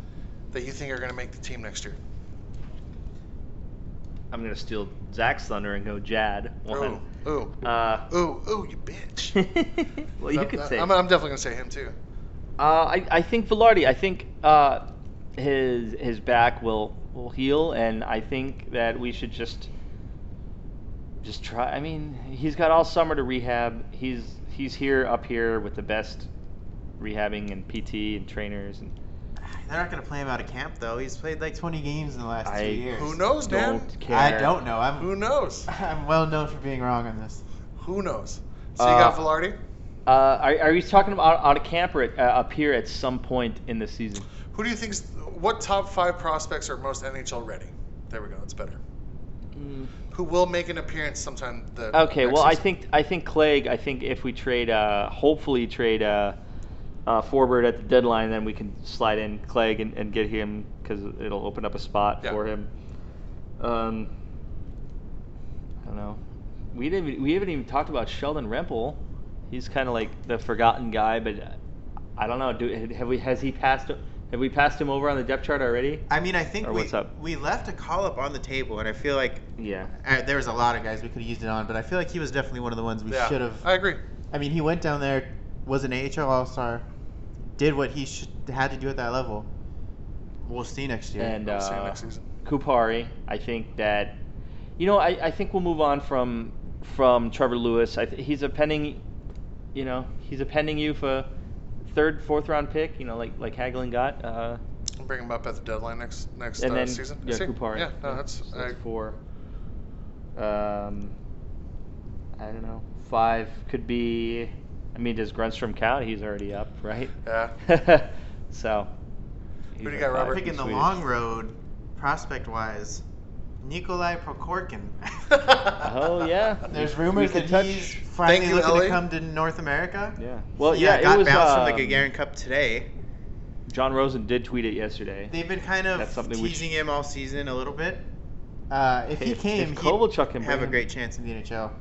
that you think are going to make the team next year.
I'm going to steal Zach's thunder and go Jad.
Ooh,
One.
ooh,
Uh,
ooh, ooh, you bitch.
well, you
Oh. That-
could
that-
say.
I'm, I'm definitely going to say him too.
Uh, I, I think Velarde. I think uh, his his back will will heal, and I think that we should just just try. I mean, he's got all summer to rehab. He's he's here up here with the best rehabbing and PT and trainers. And
They're not gonna play him out of camp though. He's played like 20 games in the last
I-
two years.
Who knows, man?
don't care.
I don't know. I'm
Who knows?
I'm well known for being wrong on this.
Who knows? So you got
Uh,
Velarde.
Uh, are, are you talking about out of camp or at, uh, up here at some point in the season?
Who do you think's what top five prospects are most NHL ready? There we go. That's better.
Mm.
Who will make an appearance sometime? The
Okay,
next
well, I
season?
think I think Clegg. I think if we trade, uh, hopefully trade uh, uh, Forbert at the deadline, then we can slide in Clegg and, and get him because it'll open up a spot
Yeah.
for him. Um, I don't know. We didn't. We haven't even talked about Sheldon Rempel. He's kind of like the forgotten guy, but uh, I don't know. Do have we? Has he passed? Have we passed him over on the depth chart already?
I mean, I think
Or
we
what's up?
we left a call up on the table, and I feel like
Yeah.
uh, there was a lot of guys we could have used it on, but I feel like he was definitely one of the ones we
Yeah,
should have.
I agree.
I mean, he went down there, was an AHL All Star, did what he should, had to do at that level. We'll see next year.
And
I'll see you
uh,
next season.
Kupari. I think that, you know, I, I think we'll move on from from Trevor Lewis. I th- he's a pending, you know, he's a pending you for third, fourth round pick. You know, like like Hagelin got, uh,
I'll bring him up at the deadline next next
and
uh,
then
season.
yeah,
See?
Kupari.
Yeah, no, that's,
So
I,
four. Um, I don't know. Five could be. I mean, does Grunstrom count? He's already up, right?
yeah.
so. he's
Who do you
at
got,
five.
Robert?
picking the
Swedish.
long road, prospect wise, Nikolai Prokorkin.
Oh yeah.
There's
We- we
rumors
could
that
touch-
he's finally
you,
looking
Ellie.
to come to North America.
Yeah. Well,
He,
yeah,
got
it was.
bounced from
um,
the Gagarin Cup today.
John Rosen did tweet it yesterday.
They've been kind of
That's something we
teasing him all season a little bit. Uh, if he
If-
came,
if
he'd
Kovalchuk can
have
bring
a
him.
great chance in the NHL.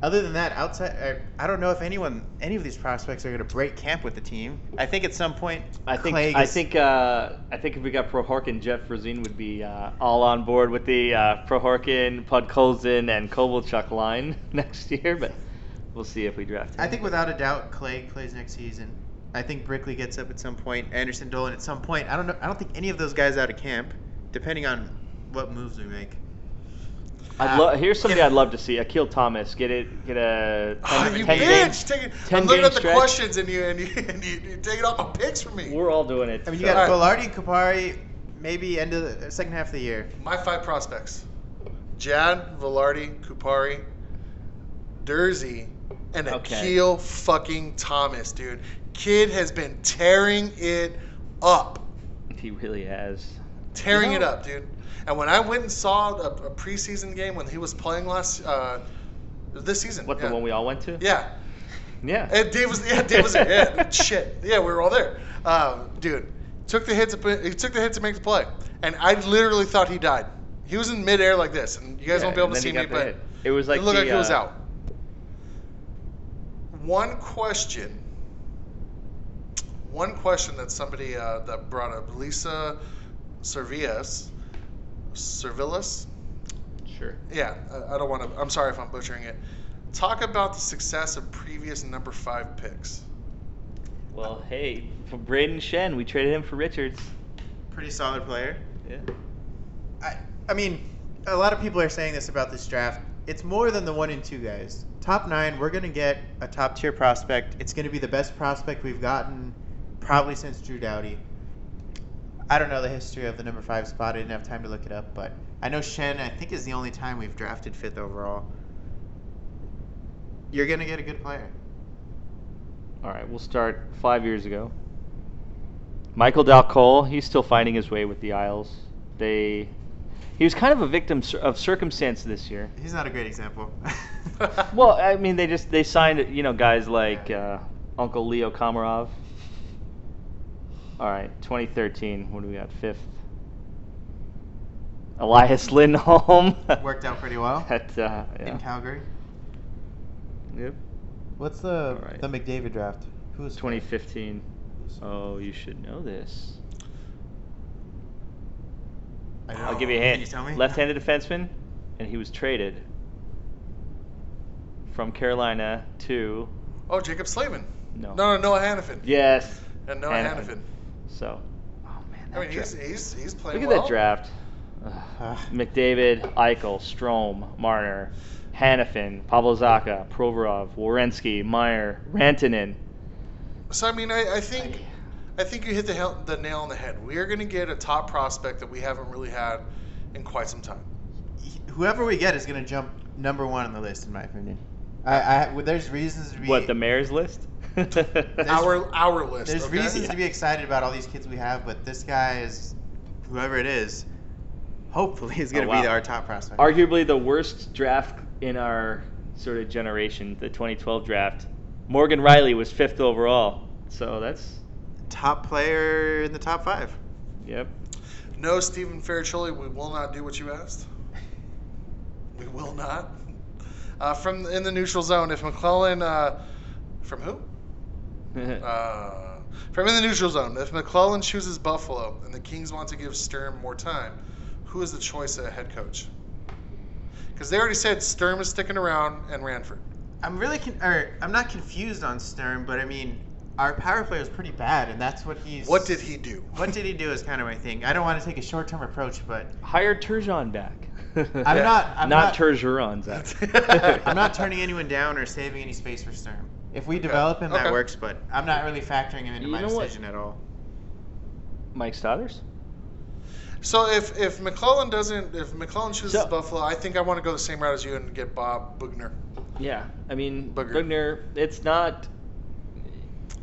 Other than that, outside, uh, I don't know if anyone, any of these prospects are going to break camp with the team. I think at some point,
I think
Clegg
I
is-
think uh, I think if we got Prohorkin, Jeff Rosine would be uh, all on board with the uh, Prohorkin, Podkolzin, and Kovalchuk line next year. But we'll see if we draft him.
I think without a doubt, Clegg plays next season. I think Brickley gets up at some point. Anderson Dolan at some point. I don't know. I don't think any of those guys out of camp, depending on what moves we make.
I'd lo- here's somebody I'd love to see: Akil Thomas. Get it. Get a
Oh,
10
you
10 game-
bitch! Take it.
10
I'm looking
game
at the
stretch.
questions and you and you and you, you taking all my picks from me.
We're all doing it.
I mean, you
so-
got
All
Velarde and Kapari, maybe end of the second half of the year.
My five prospects: Jad, Velarde, Kupari, Dursey, and
Okay.
Akil fucking Thomas, dude. Kid has been tearing it up,
He really has.
tearing
You
it
know-
up, dude. And when I went and saw a, a preseason game when he was playing last uh, this season,
What
yeah.
the one we all went to?
yeah,
Yeah.
and Dave was yeah, Dave was there. Yeah, shit. Yeah, we were all there. Um, dude, took the hit to put, he took the hit to make the play, and I literally thought he died. He was in midair like this, and you guys
Yeah,
won't be able
and
to
then he
see
got
me,
the
but
hit. It was like
looked
the,
like he was
uh,
out. One question. One question that somebody uh, that brought up Lisa Servias, Servillas,
Sure.
yeah, I, I don't want to. I'm sorry if I'm butchering it. Talk about the success of previous number five picks.
Well, hey, for Braden Shen, we traded him for Richards.
Pretty solid player.
Yeah.
I, I mean, a lot of people are saying this about this draft. it's more than the one and two guys. Top nine, we're gonna get a top tier prospect. It's gonna be the best prospect we've gotten probably since Drew Doughty. I don't know the history of the number five spot. I didn't have time to look it up, but I know Shen. I think is the only time we've drafted fifth overall. You're gonna get a good player.
All right, we'll start five years ago. Michael Dalcol, he's still finding his way with the Isles. They, he was kind of a victim cir- of circumstance this year.
He's not a great example.
Well, I mean, they just they signed you know guys like uh, Uncle Leo Komarov. All right, 2013. What do we got? Fifth. Elias Lindholm.
worked out pretty well
At, uh, yeah.
in Calgary.
Yep.
What's the
Alright.
the McDavid draft? Who's
2015. Oh, you should know this.
I don't
I'll
know.
give you a
Can
hint.
you tell me?
Left-handed defenseman, and he was traded from Carolina to
Oh, Jacob Slavin.
no.
No, no, Noah Hannafin.
Yes.
And Noah
Hannafin.
Hannafin.
So. Oh man.
I mean,
that
he's,
draft-
he's, he's playing
Look at
well.
that draft.
Uh,
McDavid, Eichel, Strom, Marner, Hannafin, Pavel Zaka, Provorov, Wierenski, Meyer, Rantanen.
So I mean, I, I think I think you hit the hel- the nail on the head. We are going to get a top prospect that we haven't really had in quite some time.
whoever we get is going to jump number one on the list, in my opinion. I, I well, there's reasons to be
What the mayor's list?
Our our list.
there's
okay?
reasons
Yeah.
to be excited about all these kids we have, but this guy is whoever it is. Hopefully, is going
Oh,
to
wow.
be our top prospect.
Arguably the worst draft in our sort of generation, the 2012 draft. Morgan Riley was fifth overall, so that's
top player in the top five.
yep.
No, Stephen Fairchilly, we will not do what you asked. We will not. Uh, from in the neutral zone, if McClellan, uh, from who? Uh, from in the neutral zone, if McClellan chooses Buffalo and the Kings want to give Sturm more time, who is the choice at head coach? Because they already said Sturm is sticking around and Ranford.
I'm really con- or I'm not confused on Stern, but I mean, our power play is pretty bad, and that's what he's.
What did he do?
What did he do is kind of my thing. I don't want to take a short-term approach, but
Hire Turgeon back.
I'm not.
not
I'm not.
Turgeon, Zach.
I'm not turning anyone down or saving any space for Sturm. If we develop him,
Okay.
that works, but I'm not really factoring him into
You
my
know what?
decision at all.
Mike Stothers.
So if if McClellan doesn't, if McClellan chooses
So-
Buffalo, I think I want to go the same route as you and get Bob Bugner.
Yeah, I mean
Booger.
Bugner. It's not.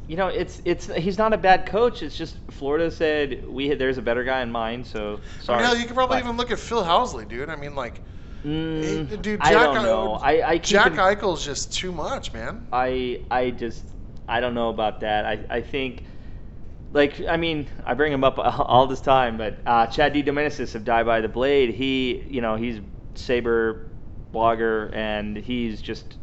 You know, it's it's he's not a bad coach. It's just Florida said we there's a better guy in mind. So
I
sorry.
mean, hell, you could probably
Bye.
even look at Phil Housley, dude. I mean, like,
Mm,
eh, dude, Jack
I don't know. I I keep
Jack
in-
Eichel's just too much, man.
I I just I don't know about that. I I think like I mean I bring him up all this time, but uh, Chad D. Domenicis of Die by the Blade. He you know he's saber blogger and he's just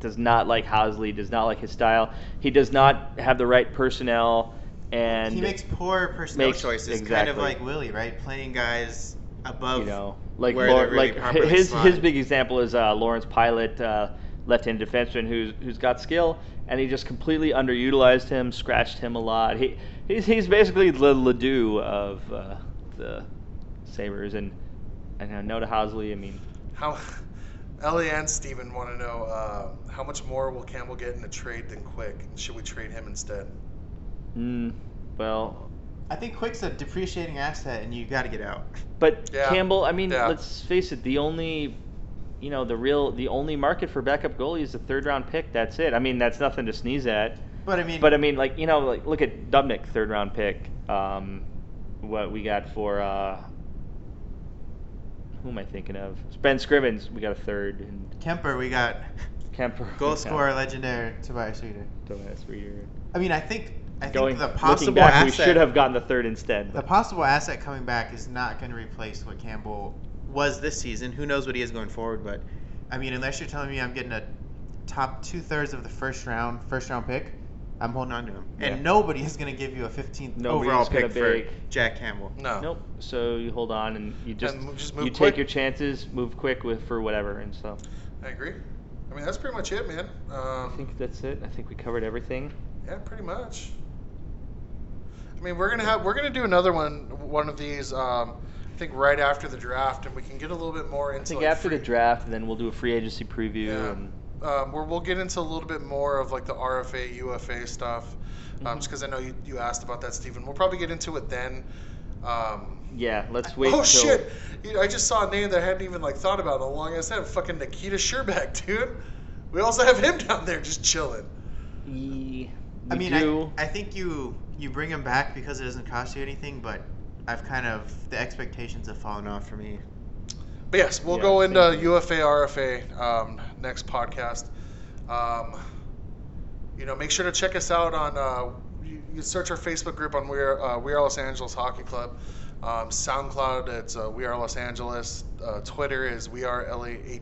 does not like Housley, does not like his style. He does not have the right personnel, and
he makes poor personnel
Makes-
choices, kind of
exactly.
like Willie, right? Playing guys above.
you know like
where
Lau-
they're really
like hi-
properly
his his
slotted.
big example is uh, Lawrence Pilot, uh, left-handed defenseman who's who's got skill, and he just completely underutilized him, scratched him a lot. He he's, he's basically the Ledoux of uh, the Sabers, and and uh, no to Housley. I mean,
How Ellie and Steven want to know uh, how much more will Campbell get in a trade than Quick? Should we trade him instead?
mm, well,
I think Quick's a depreciating asset, and you got to get out.
but
Yeah.
Campbell. I mean,
Yeah.
let's face it. The only you know the real the only market for backup goalie is the third round pick. That's it. I mean, that's nothing to sneeze at.
But I mean,
But I mean, like you know, like look at Dubnik, third round pick. Um, what we got for uh, who am I thinking of? Ben Scrivens, we got a third, and
Kemper, we got
Kemper,
goal scorer legendary Tobias Reeder.
Don't ask for your
I mean, I think I think
going.
the
looking
possible
back,
asset
we should have gotten the third instead.
the
but-
possible asset coming back is not going to replace what Campbell was this season. Who knows what he is going forward? But I mean, unless you're telling me I'm getting a top two thirds of the first round first round pick, I'm holding on to him.
Yeah.
And nobody is going to give you a 15th
Nobody's
overall
gonna
pick for
big.
Jack Campbell.
No.
Nope. So you hold on and you just,
And move- just move
you
quick.
take your chances, move quick with for whatever, and so
I agree. I mean, that's pretty much it, man.
I
Um,
think that's it. I think we covered everything.
yeah, pretty much. I mean, we're gonna have we're gonna do another one one of these um, think right after the draft, and we can get a little bit more into.
I think
like,
after the
free-
draft, and then we'll do a free agency preview.
Yeah.
And
um, where we'll get into a little bit more of like the RFA, UFA stuff, um,
Mhm.
just because I know you, you asked about that, Stephen. We'll probably get into it then. Um,
yeah, let's wait.
oh
till-
shit! You know, I just saw a name that I hadn't even like thought about in a long ass time. Fucking Nikita Sherbeck, dude. We also have him down there just chilling.
Ye-
I
we
mean,
do.
I, I think you you bring him back because it doesn't cost you anything, but I've kind of the expectations have fallen off for me.
But yes, we'll
Yeah,
go
thank
into
you.
UFA RFA um, next podcast. Um, you know, make sure to check us out on. Uh, you, you can search our Facebook group on We Are uh, We Are Los Angeles Hockey Club. Um, SoundCloud, it's uh, We Are Los Angeles. Uh, Twitter is We Are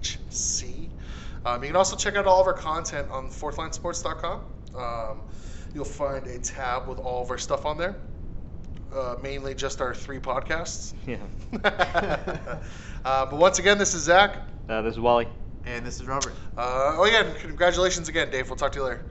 LAHC. Um, you can also check out all of our content on fourthlinesports.com. Um, you'll find a tab with all of our stuff on there, uh, mainly just our three podcasts.
Yeah.
uh, but once again, this is Zach.
Uh, this is Wally.
And this is Robert.
Uh, oh, yeah, and congratulations again, Dave. We'll talk to you later.